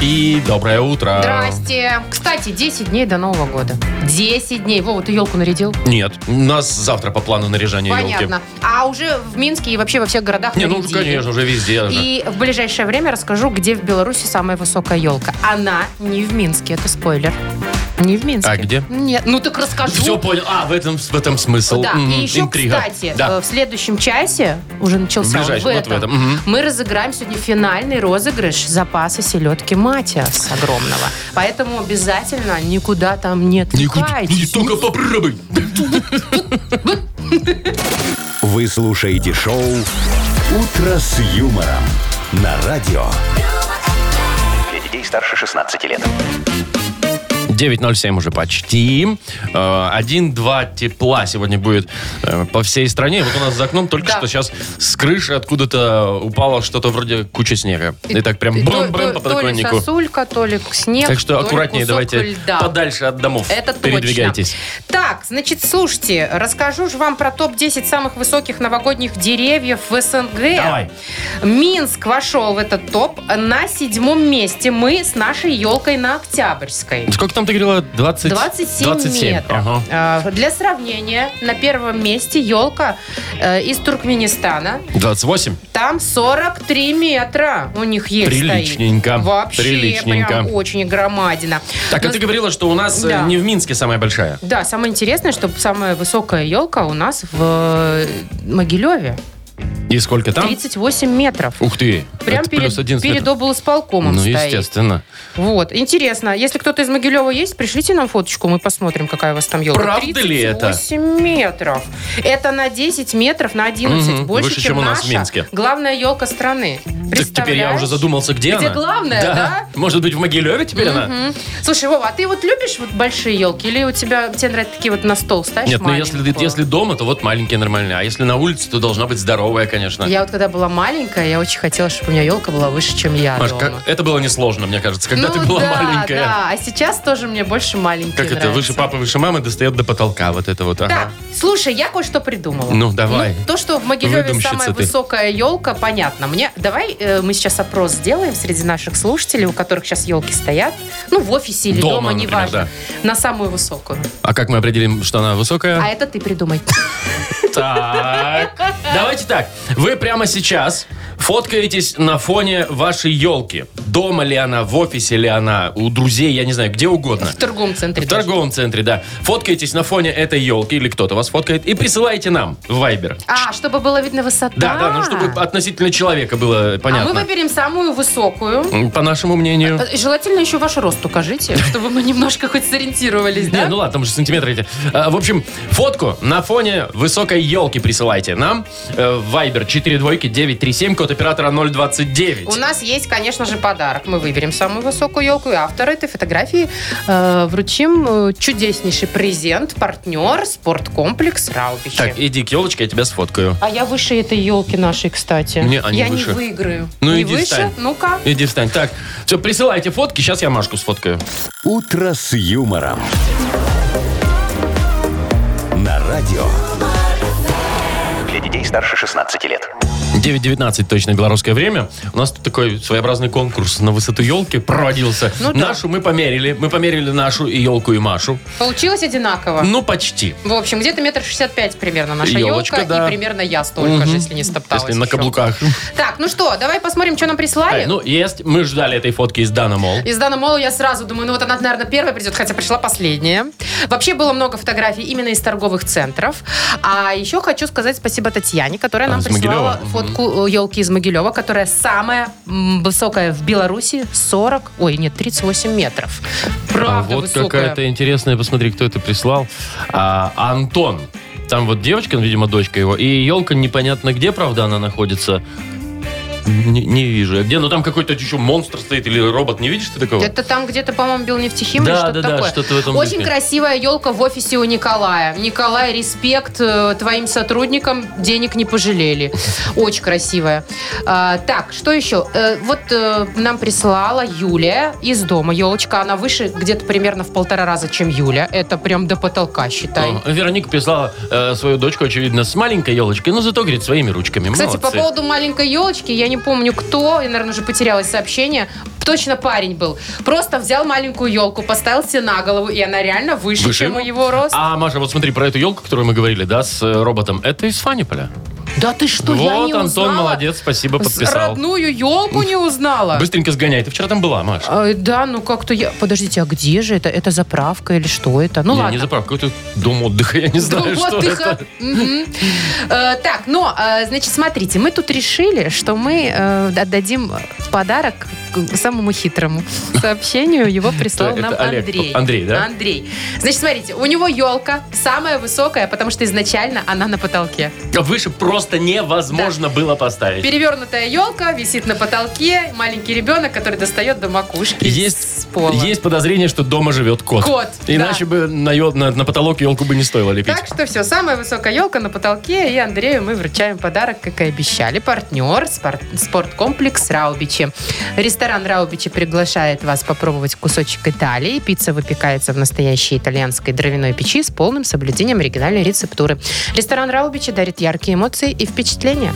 C: И доброе утро.
B: Здрасте. Кстати, 10 дней до Нового года. 10 дней. Вова, ты елку нарядил?
C: Нет, у нас завтра по плану наряжания
B: Понятно.
C: елки.
B: А уже в Минске и вообще во всех городах
C: Не, ну
B: нарядили.
C: конечно, уже везде. же.
B: И в ближайшее время расскажу, где в Беларуси самая высокая елка. Она не в Минске, это спойлер. Не в Минске.
C: А где?
B: Нет, ну так расскажу.
C: Все понял. А, в этом, в этом смысл.
B: Да,
C: М,
B: и еще,
C: Интрига.
B: кстати,
C: Да.
B: э, в следующем часе, уже
C: В
B: начался он,
C: ближайшем, вот в этом. Мгм.
B: мы разыграем сегодня финальный розыгрыш запаса селедки Матиас огромного. Поэтому обязательно никуда там не
C: Никуда.
B: отвлекайтесь.
C: Не, только попробуй.
A: Вы слушаете шоу «Утро с юмором» на радио.
D: Для детей старше 16 лет.
C: 9.07 уже почти. Э, Один-два тепла сегодня будет э, по всей стране. Вот у нас за окном только
B: Да.
C: что сейчас с крыши откуда-то упало что-то вроде кучи снега. И так прям
B: И то-
C: бэм-бэм
B: то-
C: по
B: То ли
C: подоконнику.
B: сосулька, то ли снег,
C: Так что
B: то ли
C: аккуратнее
B: кусок
C: давайте
B: льда.
C: подальше от домов.
B: Это точно.
C: Передвигайтесь.
B: Так, значит, слушайте, расскажу же вам про топ-10 самых высоких новогодних деревьев в СНГ.
C: Давай.
B: Минск вошел в этот топ. На седьмом месте мы с нашей елкой на Октябрьской.
C: Сколько там ты говорила? 20...
B: 27,
C: 27.
B: метров.
C: Ага.
B: Э, Для сравнения, на первом месте елка э, из Туркменистана.
C: 28?
B: Там 43 метра у них есть
C: Приличненько.
B: стоит. Вообще,
C: Приличненько.
B: прям очень громадина.
C: Так, а
B: Но-
C: ты говорила, что у нас э,
B: Да.
C: не в Минске самая большая.
B: Да, самое интересное, что самая высокая елка у нас в э, Могилеве.
C: И сколько там?
B: 38 метров.
C: Ух ты.
B: Прям
C: Это
B: перед,
C: плюс 11
B: перед
C: метров.
B: облсполкомом
C: Ну,
B: стоит.
C: естественно.
B: Вот, интересно. Если кто-то из Могилева есть, пришлите нам фоточку, мы посмотрим, какая у вас там елка.
C: Правда ли это?
B: 38 метров. Это на 10 метров, на 11.
C: Мгм,
B: Больше,
C: выше,
B: чем,
C: чем у нас в
B: наша
C: Минске.
B: Главная елка страны.
C: Так теперь я уже
B: Представляешь?
C: задумался, где,
B: Где
C: она.
B: главная, да?
C: Может быть, в Могилеве теперь она?
B: Мгм. Слушай, Вова, а ты вот любишь вот большие елки? Или у тебя тебе нравятся такие вот на стол ставишь?
C: Нет, ну если,
B: маленькую?
C: если дома, то вот маленькие нормальные. А если на улице, то должна быть здоровая, конечно.
B: Я вот когда была маленькая, я очень хотела, чтобы у меня елка была выше, чем я
C: Маш,
B: дома.
C: как, это было несложно, мне кажется, когда
B: ну,
C: ты была
B: да,
C: маленькая.
B: Да, а сейчас тоже мне больше маленькие
C: Как это,
B: нравятся.
C: выше папы, выше мамы достает до потолка. Вот это вот.
B: Да,
C: Ага.
B: слушай, я кое-что придумала.
C: Ну, давай.
B: то, что в Могилеве
C: Выдумщица
B: самая
C: ты.
B: высокая елка, понятно. Мне давай э, мы сейчас опрос сделаем среди наших слушателей, у которых сейчас елки стоят, ну в офисе или
C: Дома,
B: дома,
C: например,
B: неважно, на самую высокую.
C: А как мы определим, что она высокая?
B: А это ты придумай.
C: Так. Давайте так. Вы прямо сейчас фоткаетесь на фоне вашей елки. Дома ли она, в офисе ли она, у друзей, я не знаю, где угодно.
B: В торговом центре.
C: В торговом центре, да. Фоткаетесь на фоне этой елки, или кто-то вас фоткает, и присылайте нам в Viber.
B: даже. А, чтобы было видно высота.
C: Да, да, ну чтобы относительно человека было
B: А мы
C: понятно.
B: выберем самую высокую.
C: М, По нашему мнению.
B: Э, Желательно еще ваш рост укажите, чтобы мы немножко хоть сориентировались,
C: Не,
B: да?
C: ну ладно, там же сантиметры эти. А, В общем, фотку на фоне высокой елки присылайте нам. Э, в Viber 4 двойки 937, код оператора 029.
B: У нас есть, конечно же, подарок. Мы выберем самую высокую елку, и автор этой фотографии э, вручим э, чудеснейший презент партнер спорткомплекс Раубичи.
C: Так, иди к елочке, я тебя сфоткаю.
B: А я выше этой елки нашей, кстати.
C: Не, а не
B: я
C: выше.
B: не выиграю.
C: Ну,
B: не
C: иди
B: выше?
C: встань.
B: Ну-ка.
C: Иди встань. Так, все, присылайте фотки, сейчас я Машку сфоткаю.
A: «Утро с юмором». На радио.
D: Для детей старше 16 лет.
C: 9.19 точно белорусское время. У нас тут такой своеобразный конкурс на высоту елки проводился.
B: Ну да.
C: Нашу мы померили. Мы померили нашу и елку, и Машу.
B: Получилось одинаково.
C: Ну, почти.
B: В общем, где-то метр шестьдесят пять примерно наша
C: Ёлочка,
B: елка.
C: да.
B: И примерно я столько же, если не стопталась.
C: Если на
B: еще.
C: каблуках.
B: Так, ну что, давай посмотрим, что нам прислали.
C: Ай, ну, есть. Мы ждали этой фотки из Дана Мол.
B: Из Дана Мола я сразу думаю, ну вот она, наверное, первая придет, хотя пришла последняя. Вообще было много фотографий именно из торговых центров. А еще хочу сказать спасибо Татьяне, которая
C: А,
B: нам
C: из
B: прислала
C: Могилева?
B: фотку э, елки из Могилева, которая самая м, высокая в Беларуси, 40, ой, нет, 38 метров.
C: А
B: Правда
C: вот
B: высокая.
C: какая-то интересная, посмотри, кто это прислал. А, Антон. Там вот девочка, ну, видимо, дочка его. И елка непонятно где, правда, она находится. Не, не вижу. я Где? Ну там какой-то еще монстр стоит или робот. Не видишь ты такого?
B: Это там где-то, по-моему, Белнефтехим или
C: Да, да,
B: что-то
C: да,
B: такое.
C: что-то в этом
B: Очень
C: духе.
B: красивая елка в офисе у Николая. Николай, респект э, твоим сотрудникам, денег не пожалели. Очень красивая. А, так, что еще? Э, вот э, нам прислала Юлия из дома. Елочка, она выше где-то примерно в полтора раза, чем Юля. Это прям до потолка, считай.
C: О, Вероника прислала э, свою дочку, очевидно, с маленькой елочкой, но зато, говорит, своими ручками.
B: Кстати, по
C: Молодцы.
B: поводу маленькой елочки, я не помню кто, я, наверное, уже потерялось сообщение. Точно парень был. Просто взял маленькую елку, поставил себе на голову, и она реально выше,
C: Выше
B: чем у
C: его?
B: его рост.
C: А, Маша, вот смотри, про эту елку, которую мы говорили, да, с э, роботом, это из Фаниполя.
B: Да ты что,
C: вот,
B: я не
C: Антон,
B: узнала.
C: молодец, спасибо, подписал.
B: Родную елку не узнала.
C: Быстренько сгоняй, ты вчера там была, Маша.
B: А, да, ну как-то я... Подождите, а где же это? Это заправка или что это? Ну
C: не,
B: ладно.
C: не заправка, какой-то дом отдыха, я не знаю,
B: Дом
C: что
B: отдыха.
C: это.
B: Мгм. Э, Так, но, э, значит, смотрите, мы тут решили, что мы э, отдадим в подарок к самому хитрому сообщению. Его прислал
C: Это
B: нам
C: Олег.
B: Андрей.
C: Андрей, да?
B: Андрей. Значит, смотрите, у него елка самая высокая, потому что изначально она на потолке.
C: Выше просто невозможно было поставить.
B: Перевернутая елка висит на потолке, маленький ребенок, который достает до макушки
C: Есть-
B: с пола.
C: Есть подозрение, что дома живет кот.
B: Кот,
C: Иначе
B: да.
C: бы на, ё- на- на потолок елку бы не стоило лепить.
B: Так что все, самая высокая елка на потолке, и Андрею мы вручаем подарок, как и обещали. Партнер спорт, спорткомплекс Раубичи. Ресторан Раубичи приглашает вас попробовать кусочек Италии. Пицца выпекается в настоящей итальянской дровяной печи с полным соблюдением оригинальной рецептуры. Ресторан Раубичи дарит яркие эмоции и впечатления.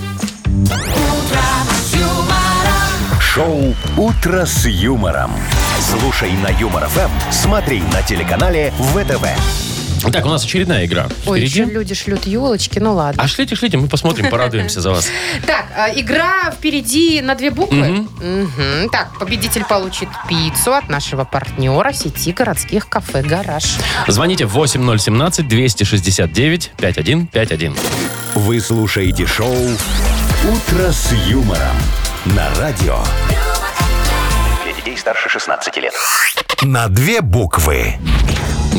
A: Шоу «Утро с юмором». Слушай на Юмор ФМ, смотри на телеканале ВТВ.
C: Так, у нас очередная игра.
B: Ой, еще
C: Впереди.
B: люди шлют елочки, ну ладно.
C: А шлите, шлите, мы посмотрим, порадуемся за вас.
B: Так, э, игра впереди на две буквы.
C: Мгм.
B: Мгм. Так, победитель получит пиццу от нашего партнера сети городских кафе «Гараж».
C: Звоните 8017-269-5151.
A: Вы слушаете шоу «Утро с юмором» на радио.
D: Для детей старше 16 лет.
A: На две буквы.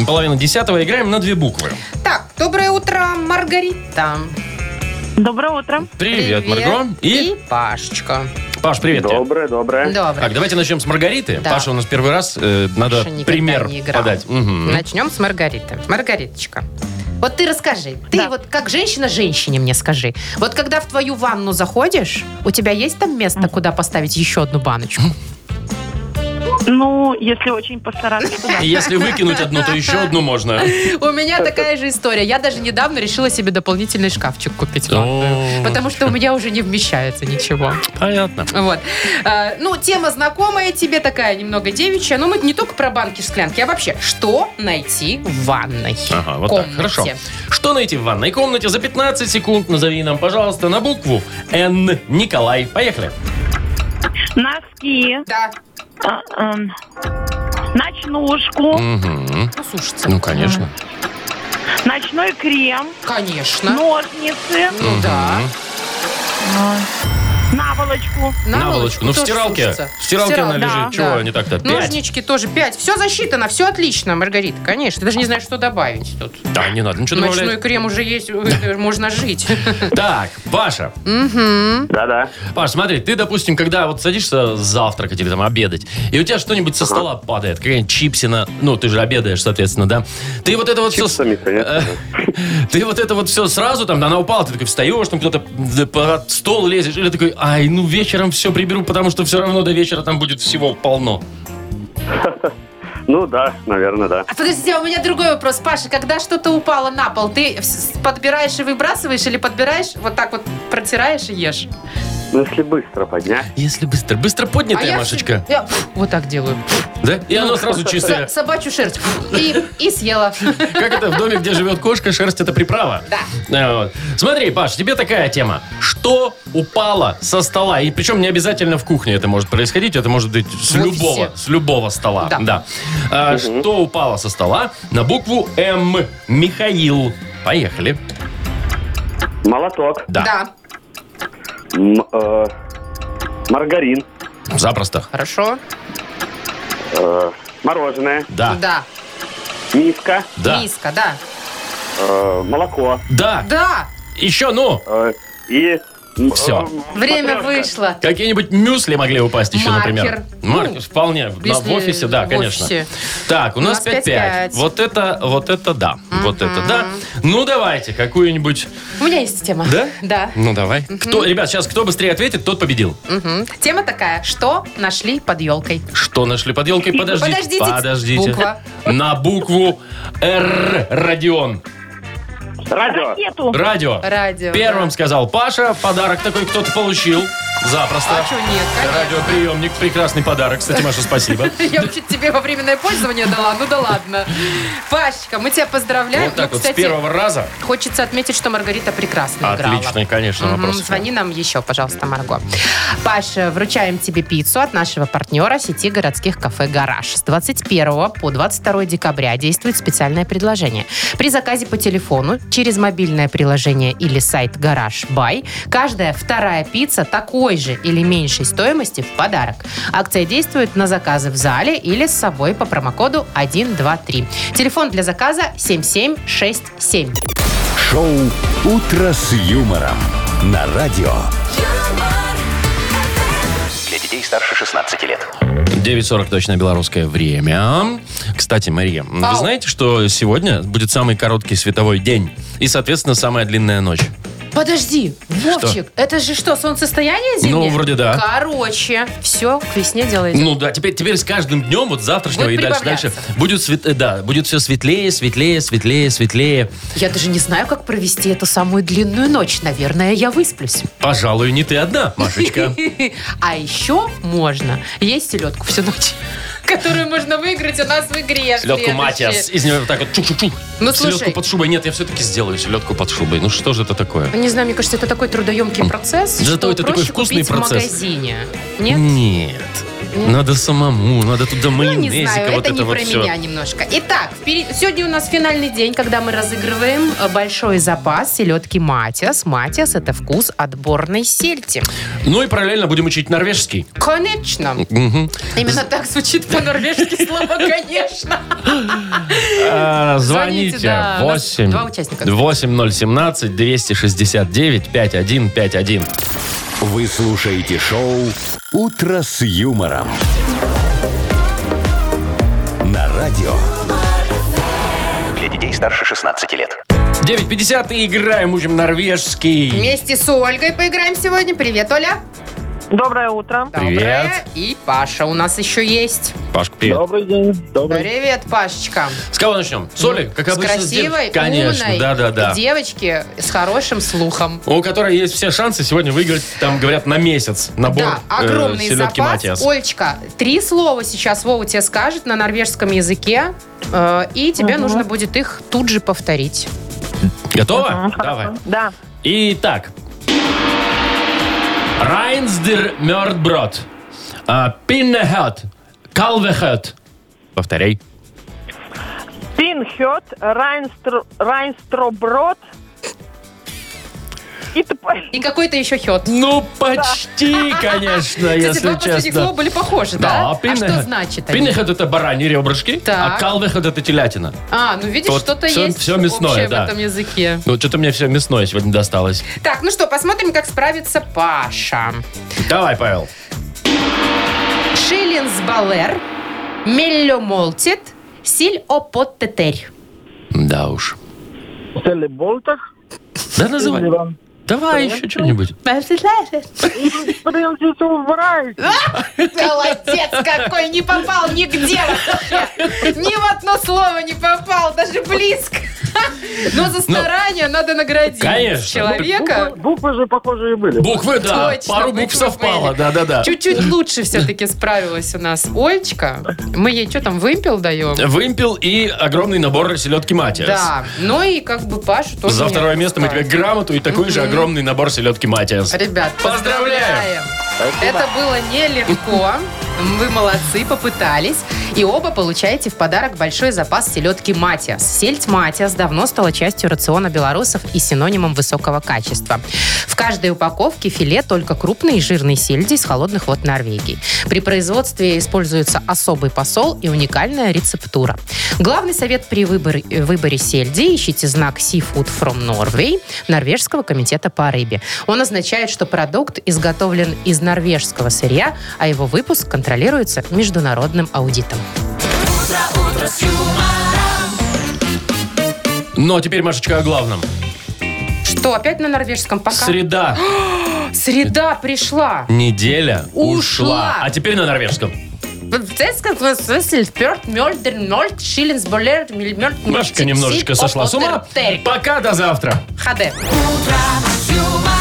C: Половина десятого, играем на две буквы.
B: Так, доброе утро, Маргарита.
F: Доброе утро.
C: Привет, Марго. И,
B: И Пашечка.
C: Паш, привет тебе.
E: Доброе, доброе.
B: Доброе.
C: Так, давайте начнем с Маргариты.
B: Да.
C: Паша у нас первый раз, э, надо
B: Паша никогда
C: пример
B: не играл.
C: подать. Мгм. Ну,
B: Начнем с Маргариты. Маргариточка. Вот ты расскажи, ты
F: Да.
B: вот как женщина женщине мне скажи. Вот когда в твою ванну заходишь, у тебя есть там место, куда поставить еще одну баночку?
F: Ну, если очень постараться, то да.
C: И Если выкинуть одну, то еще одну можно.
B: У меня такая же история. Я даже недавно решила себе дополнительный шкафчик купить. ванную,
C: О.
B: Потому что у меня уже не вмещается ничего.
C: Понятно.
B: Вот. Э, Ну, тема знакомая тебе такая, немного девичья. Но мы не только про банки и склянки, а вообще, что найти в ванной
C: Ага, вот так,
B: комнате?
C: хорошо. Что найти в ванной комнате за 15 секунд? Назови нам, пожалуйста, на букву Н. Николай. Поехали.
F: Носки,
B: Да,
F: а, эм, ночнушку,
C: Мгм.
B: ну, слушайте.
C: Ну, конечно.
F: ночной крем,
B: Конечно. Ну,
F: ножницы,
B: да.
F: наволочку.
C: Наволочку. Ну, в
B: тоже
C: стиралке.
B: сушится.
C: В стиралке она
B: да,
C: лежит. Чего
B: да.
C: они так-то? Пять.
B: Ножнички тоже 5. Все засчитано, все отлично, Маргарита, конечно. Ты
C: А.
B: даже не знаешь, что добавить тут.
C: Да, не надо ничего
B: Ночной
C: добавлять.
B: крем уже есть, э, можно жить.
C: Так, Паша.
E: Да-да.
C: Паш, смотри, ты, допустим, когда вот садишься завтракать или там обедать, и у тебя что-нибудь со стола падает, какая-нибудь чипсина, ну, ты же обедаешь, соответственно, да? Ты вот это вот
G: Чипсами,
C: все...
G: конечно,
C: Ты вот это вот все сразу, там, она упала, ты такой встаешь, там кто-то в- под стол лезешь, или такой, ай, ну, вечером все приберу, потому что все равно до вечера там будет всего полно.
I: Ну да, наверное, да.
B: А подожди, а у меня другой вопрос. Паша, когда что-то упало на пол, ты вс- подбираешь и выбрасываешь или подбираешь, вот так вот протираешь и ешь?
I: Ну, если быстро поднять.
C: Если быстро. Быстро
B: А
C: поднятая,
B: я
C: Машечка.
B: всё- я вот так делаю.
C: Да? И она сразу чистая.
B: Со- собачью шерсть. И, и съела.
C: Как это в доме, где живет кошка, шерсть это приправа. Да. вот. Смотри, Паш, тебе такая тема. Что упало со стола? И причем не обязательно в кухне это может происходить, это может быть с
B: В офисе.
C: любого, с любого стола.
B: Да.
C: А, Что упало со стола на букву М? Михаил. Поехали.
I: Молоток.
C: Да.
I: М- э, маргарин.
C: Запросто.
B: Хорошо?
I: э, мороженое.
C: Да. Да.
B: Да.
I: Миска.
C: А, Да.
B: Миска, да.
I: э, молоко.
B: Да.
C: Еще, ну,
I: э, и...
C: Всё.
B: Время вышло.
C: какие-нибудь мюсли могли упасть еще,
B: Маркер.
C: например.
B: Ну,
C: Маркер. Вполне. На-
B: Если
C: в офисе, да,
B: в
C: конечно.
B: офисе. Ну,
C: Так, у нас
B: У нас
C: 5-5.
B: 5-5.
C: Вот это, вот это да. Вот это да. Ну, давайте какую-нибудь...
B: У меня есть тема.
C: Да?
B: Да.
C: Ну, давай. Кто, ребят, сейчас кто быстрее ответит, тот победил.
B: Мгм. Тема такая. Что нашли под елкой?
C: Что нашли под елкой? Подождите.
B: Подождите.
C: Подождите.
B: Буква.
C: На букву Р. Родион.
I: Радио.
F: Ракету.
C: Радио.
B: Радио,
C: Первым
B: да.
C: сказал Паша. Подарок такой кто-то получил. Запросто.
B: А что нет? конечно.
C: Радиоприемник. Прекрасный подарок. Кстати, Маша, спасибо.
B: Я вообще тебе во временное пользование дала, ну да ладно. Пашечка, мы тебя поздравляем.
C: Вот так вот
B: Ну,
C: с
B: кстати,
C: первого раза.
B: Хочется отметить, что Маргарита прекрасно играла.
C: Отличный, конечно,
B: Мгм,
C: вопрос.
B: Звони нам еще, пожалуйста, Марго. Паша, вручаем тебе пиццу от нашего партнера сети городских кафе «Гараж». С 21 по 22 декабря действует специальное предложение. При заказе по телефону, через мобильное приложение или сайт «Гараж Бай» каждая вторая пицца такой же или меньшей стоимости в подарок. Акция действует на заказы в зале или с собой по промокоду 123. Телефон для заказа 7767.
A: Шоу «Утро с юмором» на радио.
D: Для детей старше 16 лет.
C: 9.40 точно белорусское время. Кстати, Мария, вы
B: Ау.
C: знаете, что сегодня будет самый короткий световой день и, соответственно, самая длинная ночь?
B: Подожди, Вовчик, это же что, солнцестояние зимнее?
C: Ну, вроде да.
B: Короче, все, к весне делаете.
C: Ну да, теперь, теперь с каждым днем, вот с завтрашнего
B: Будет
C: и дальше, дальше,
B: прибавляться.
C: будет, свет- э, да, будет все светлее, светлее, светлее, светлее.
B: Я даже не знаю, как провести эту самую длинную ночь. Наверное, я высплюсь.
C: Пожалуй, не ты одна, Машечка.
B: А еще можно есть селедку всю ночь. Которую можно выиграть у нас в игре.
C: Селедку
B: следующей.
C: Матиас. Из нее вот так вот чук-чук-чук.
B: Ну,
C: селедку
B: слушай.
C: под шубой. Нет, я все-таки сделаю селедку под шубой. Ну что же это такое?
B: Не знаю, мне кажется, это такой трудоемкий процесс,
C: Зато
B: что
C: это такой
B: проще
C: вкусный
B: купить
C: процесс.
B: в магазине. Нет?
C: Нет. Надо самому, надо туда
B: Ну, не
C: майонезика,
B: знаю,
C: вот
B: это
C: это
B: не
C: вот
B: про
C: все.
B: меня немножко. Итак, впере- сегодня у нас финальный день, когда мы разыгрываем э, большой запас селедки Матиас. Матиас – это вкус отборной сельди.
C: Ну и параллельно будем учить норвежский.
B: Конечно. Именно так звучит по-норвежски слово «конечно».
C: А,
B: Э, Звоните,
C: Звоните.
B: да. У нас
C: Восемь.
B: два участника.
C: 8017 269 5151.
A: Вы слушаете шоу «Утро с юмором». На радио.
D: Для детей старше 16 лет.
C: 950 и играем, учим норвежский.
B: Вместе с Ольгой поиграем сегодня. Привет, Оля.
F: Доброе утро.
C: Привет.
B: Доброе. И Паша у нас еще есть.
C: Пашка, привет.
E: Добрый день. Добрый.
B: Привет, Пашечка.
C: С кого начнем? С Оли, как
B: Ну, С
C: обычно. с
B: красивой,
C: девочкой. Конечно,
B: умной
C: да-да-да.
B: девочки с хорошим слухом.
C: У которой есть все шансы сегодня выиграть, там говорят, на месяц набор
B: Да,
C: э,
B: огромный
C: селедки
B: запас.
C: Матиас.
B: Олечка, три слова сейчас Вова тебе скажет на норвежском языке, э, и тебе нужно будет их тут же повторить.
C: Готова?
F: Мгм,
C: Давай.
F: хорошо. Да.
C: Итак. Райнсдер А, Мёрдброд. Пиннехет. Калвехет. Повторяй.
F: Пинхет, Райнстр, Райнстроброд. И т.п.
B: И какой-то еще хет.
C: Ну, почти, конечно,
B: Кстати,
C: если
B: два последних слова
C: честно.
B: были похожи, да? А
C: пиннехед.
B: что значит они?
C: Пиннехед это бараньи ребрышки, а
B: Так.
C: калвехед это телятина.
B: А, ну видишь,
C: Тут
B: что-то
C: всё-
B: есть
C: всё мясное,
B: общее
C: да.
B: в этом языке.
C: Ну, что-то мне все мясное сегодня досталось.
B: Так, ну что, посмотрим, как справится Паша.
C: Давай, Павел.
B: Шиллинсбалер, меллемолтит, силь опоттетер.
C: Да уж.
E: Целеболтах.
C: Да, называй. Давай еще что-нибудь.
B: Молодец какой, не попал нигде вообще. Ни в одно слово не попал, даже близко. Но за старание надо наградить
C: Ну, Конечно. Ну,
B: человека.
I: Буквы же похожие были.
C: Буквы, да.
B: Точно,
C: пару
B: буквы
C: букв совпало,
B: были.
C: да-да-да.
B: Чуть-чуть лучше все-таки справилась у нас Олечка. Мы ей что там, вымпел даем?
C: Вымпел и огромный набор селедки матиас.
B: Да. Ну и как бы Пашу тоже.
C: За
B: не
C: второе место мы тебе
B: отпускаем.
C: грамоту и такой же огромный набор селедки матиас.
B: Ребят,
C: Поздравляем!
B: поздравляем! Это было нелегко. Вы молодцы, попытались. И оба получаете в подарок большой запас селедки «Матиас». Сельдь «Матиас» давно стала частью рациона белорусов и синонимом высокого качества. В каждой упаковке филе только крупной и жирной сельди из холодных вод Норвегии. При производстве используется особый посол и уникальная рецептура. Главный совет при выборе, э, выборе сельди – ищите знак Seafood from Norway Норвежского комитета по рыбе. Он означает, что продукт изготовлен из норвежского сырья, а его выпуск контролируется международным аудитом.
C: Но теперь, Машечка, о главном.
B: Что, опять на норвежском пока?
C: Среда,
B: Среда пришла.
C: неделя ушла.
B: Ушла.
C: А теперь на норвежском.
B: Машка
C: Машечка немножечко сошла с ума. Пока, до завтра.
B: Хаде.
J: Humor.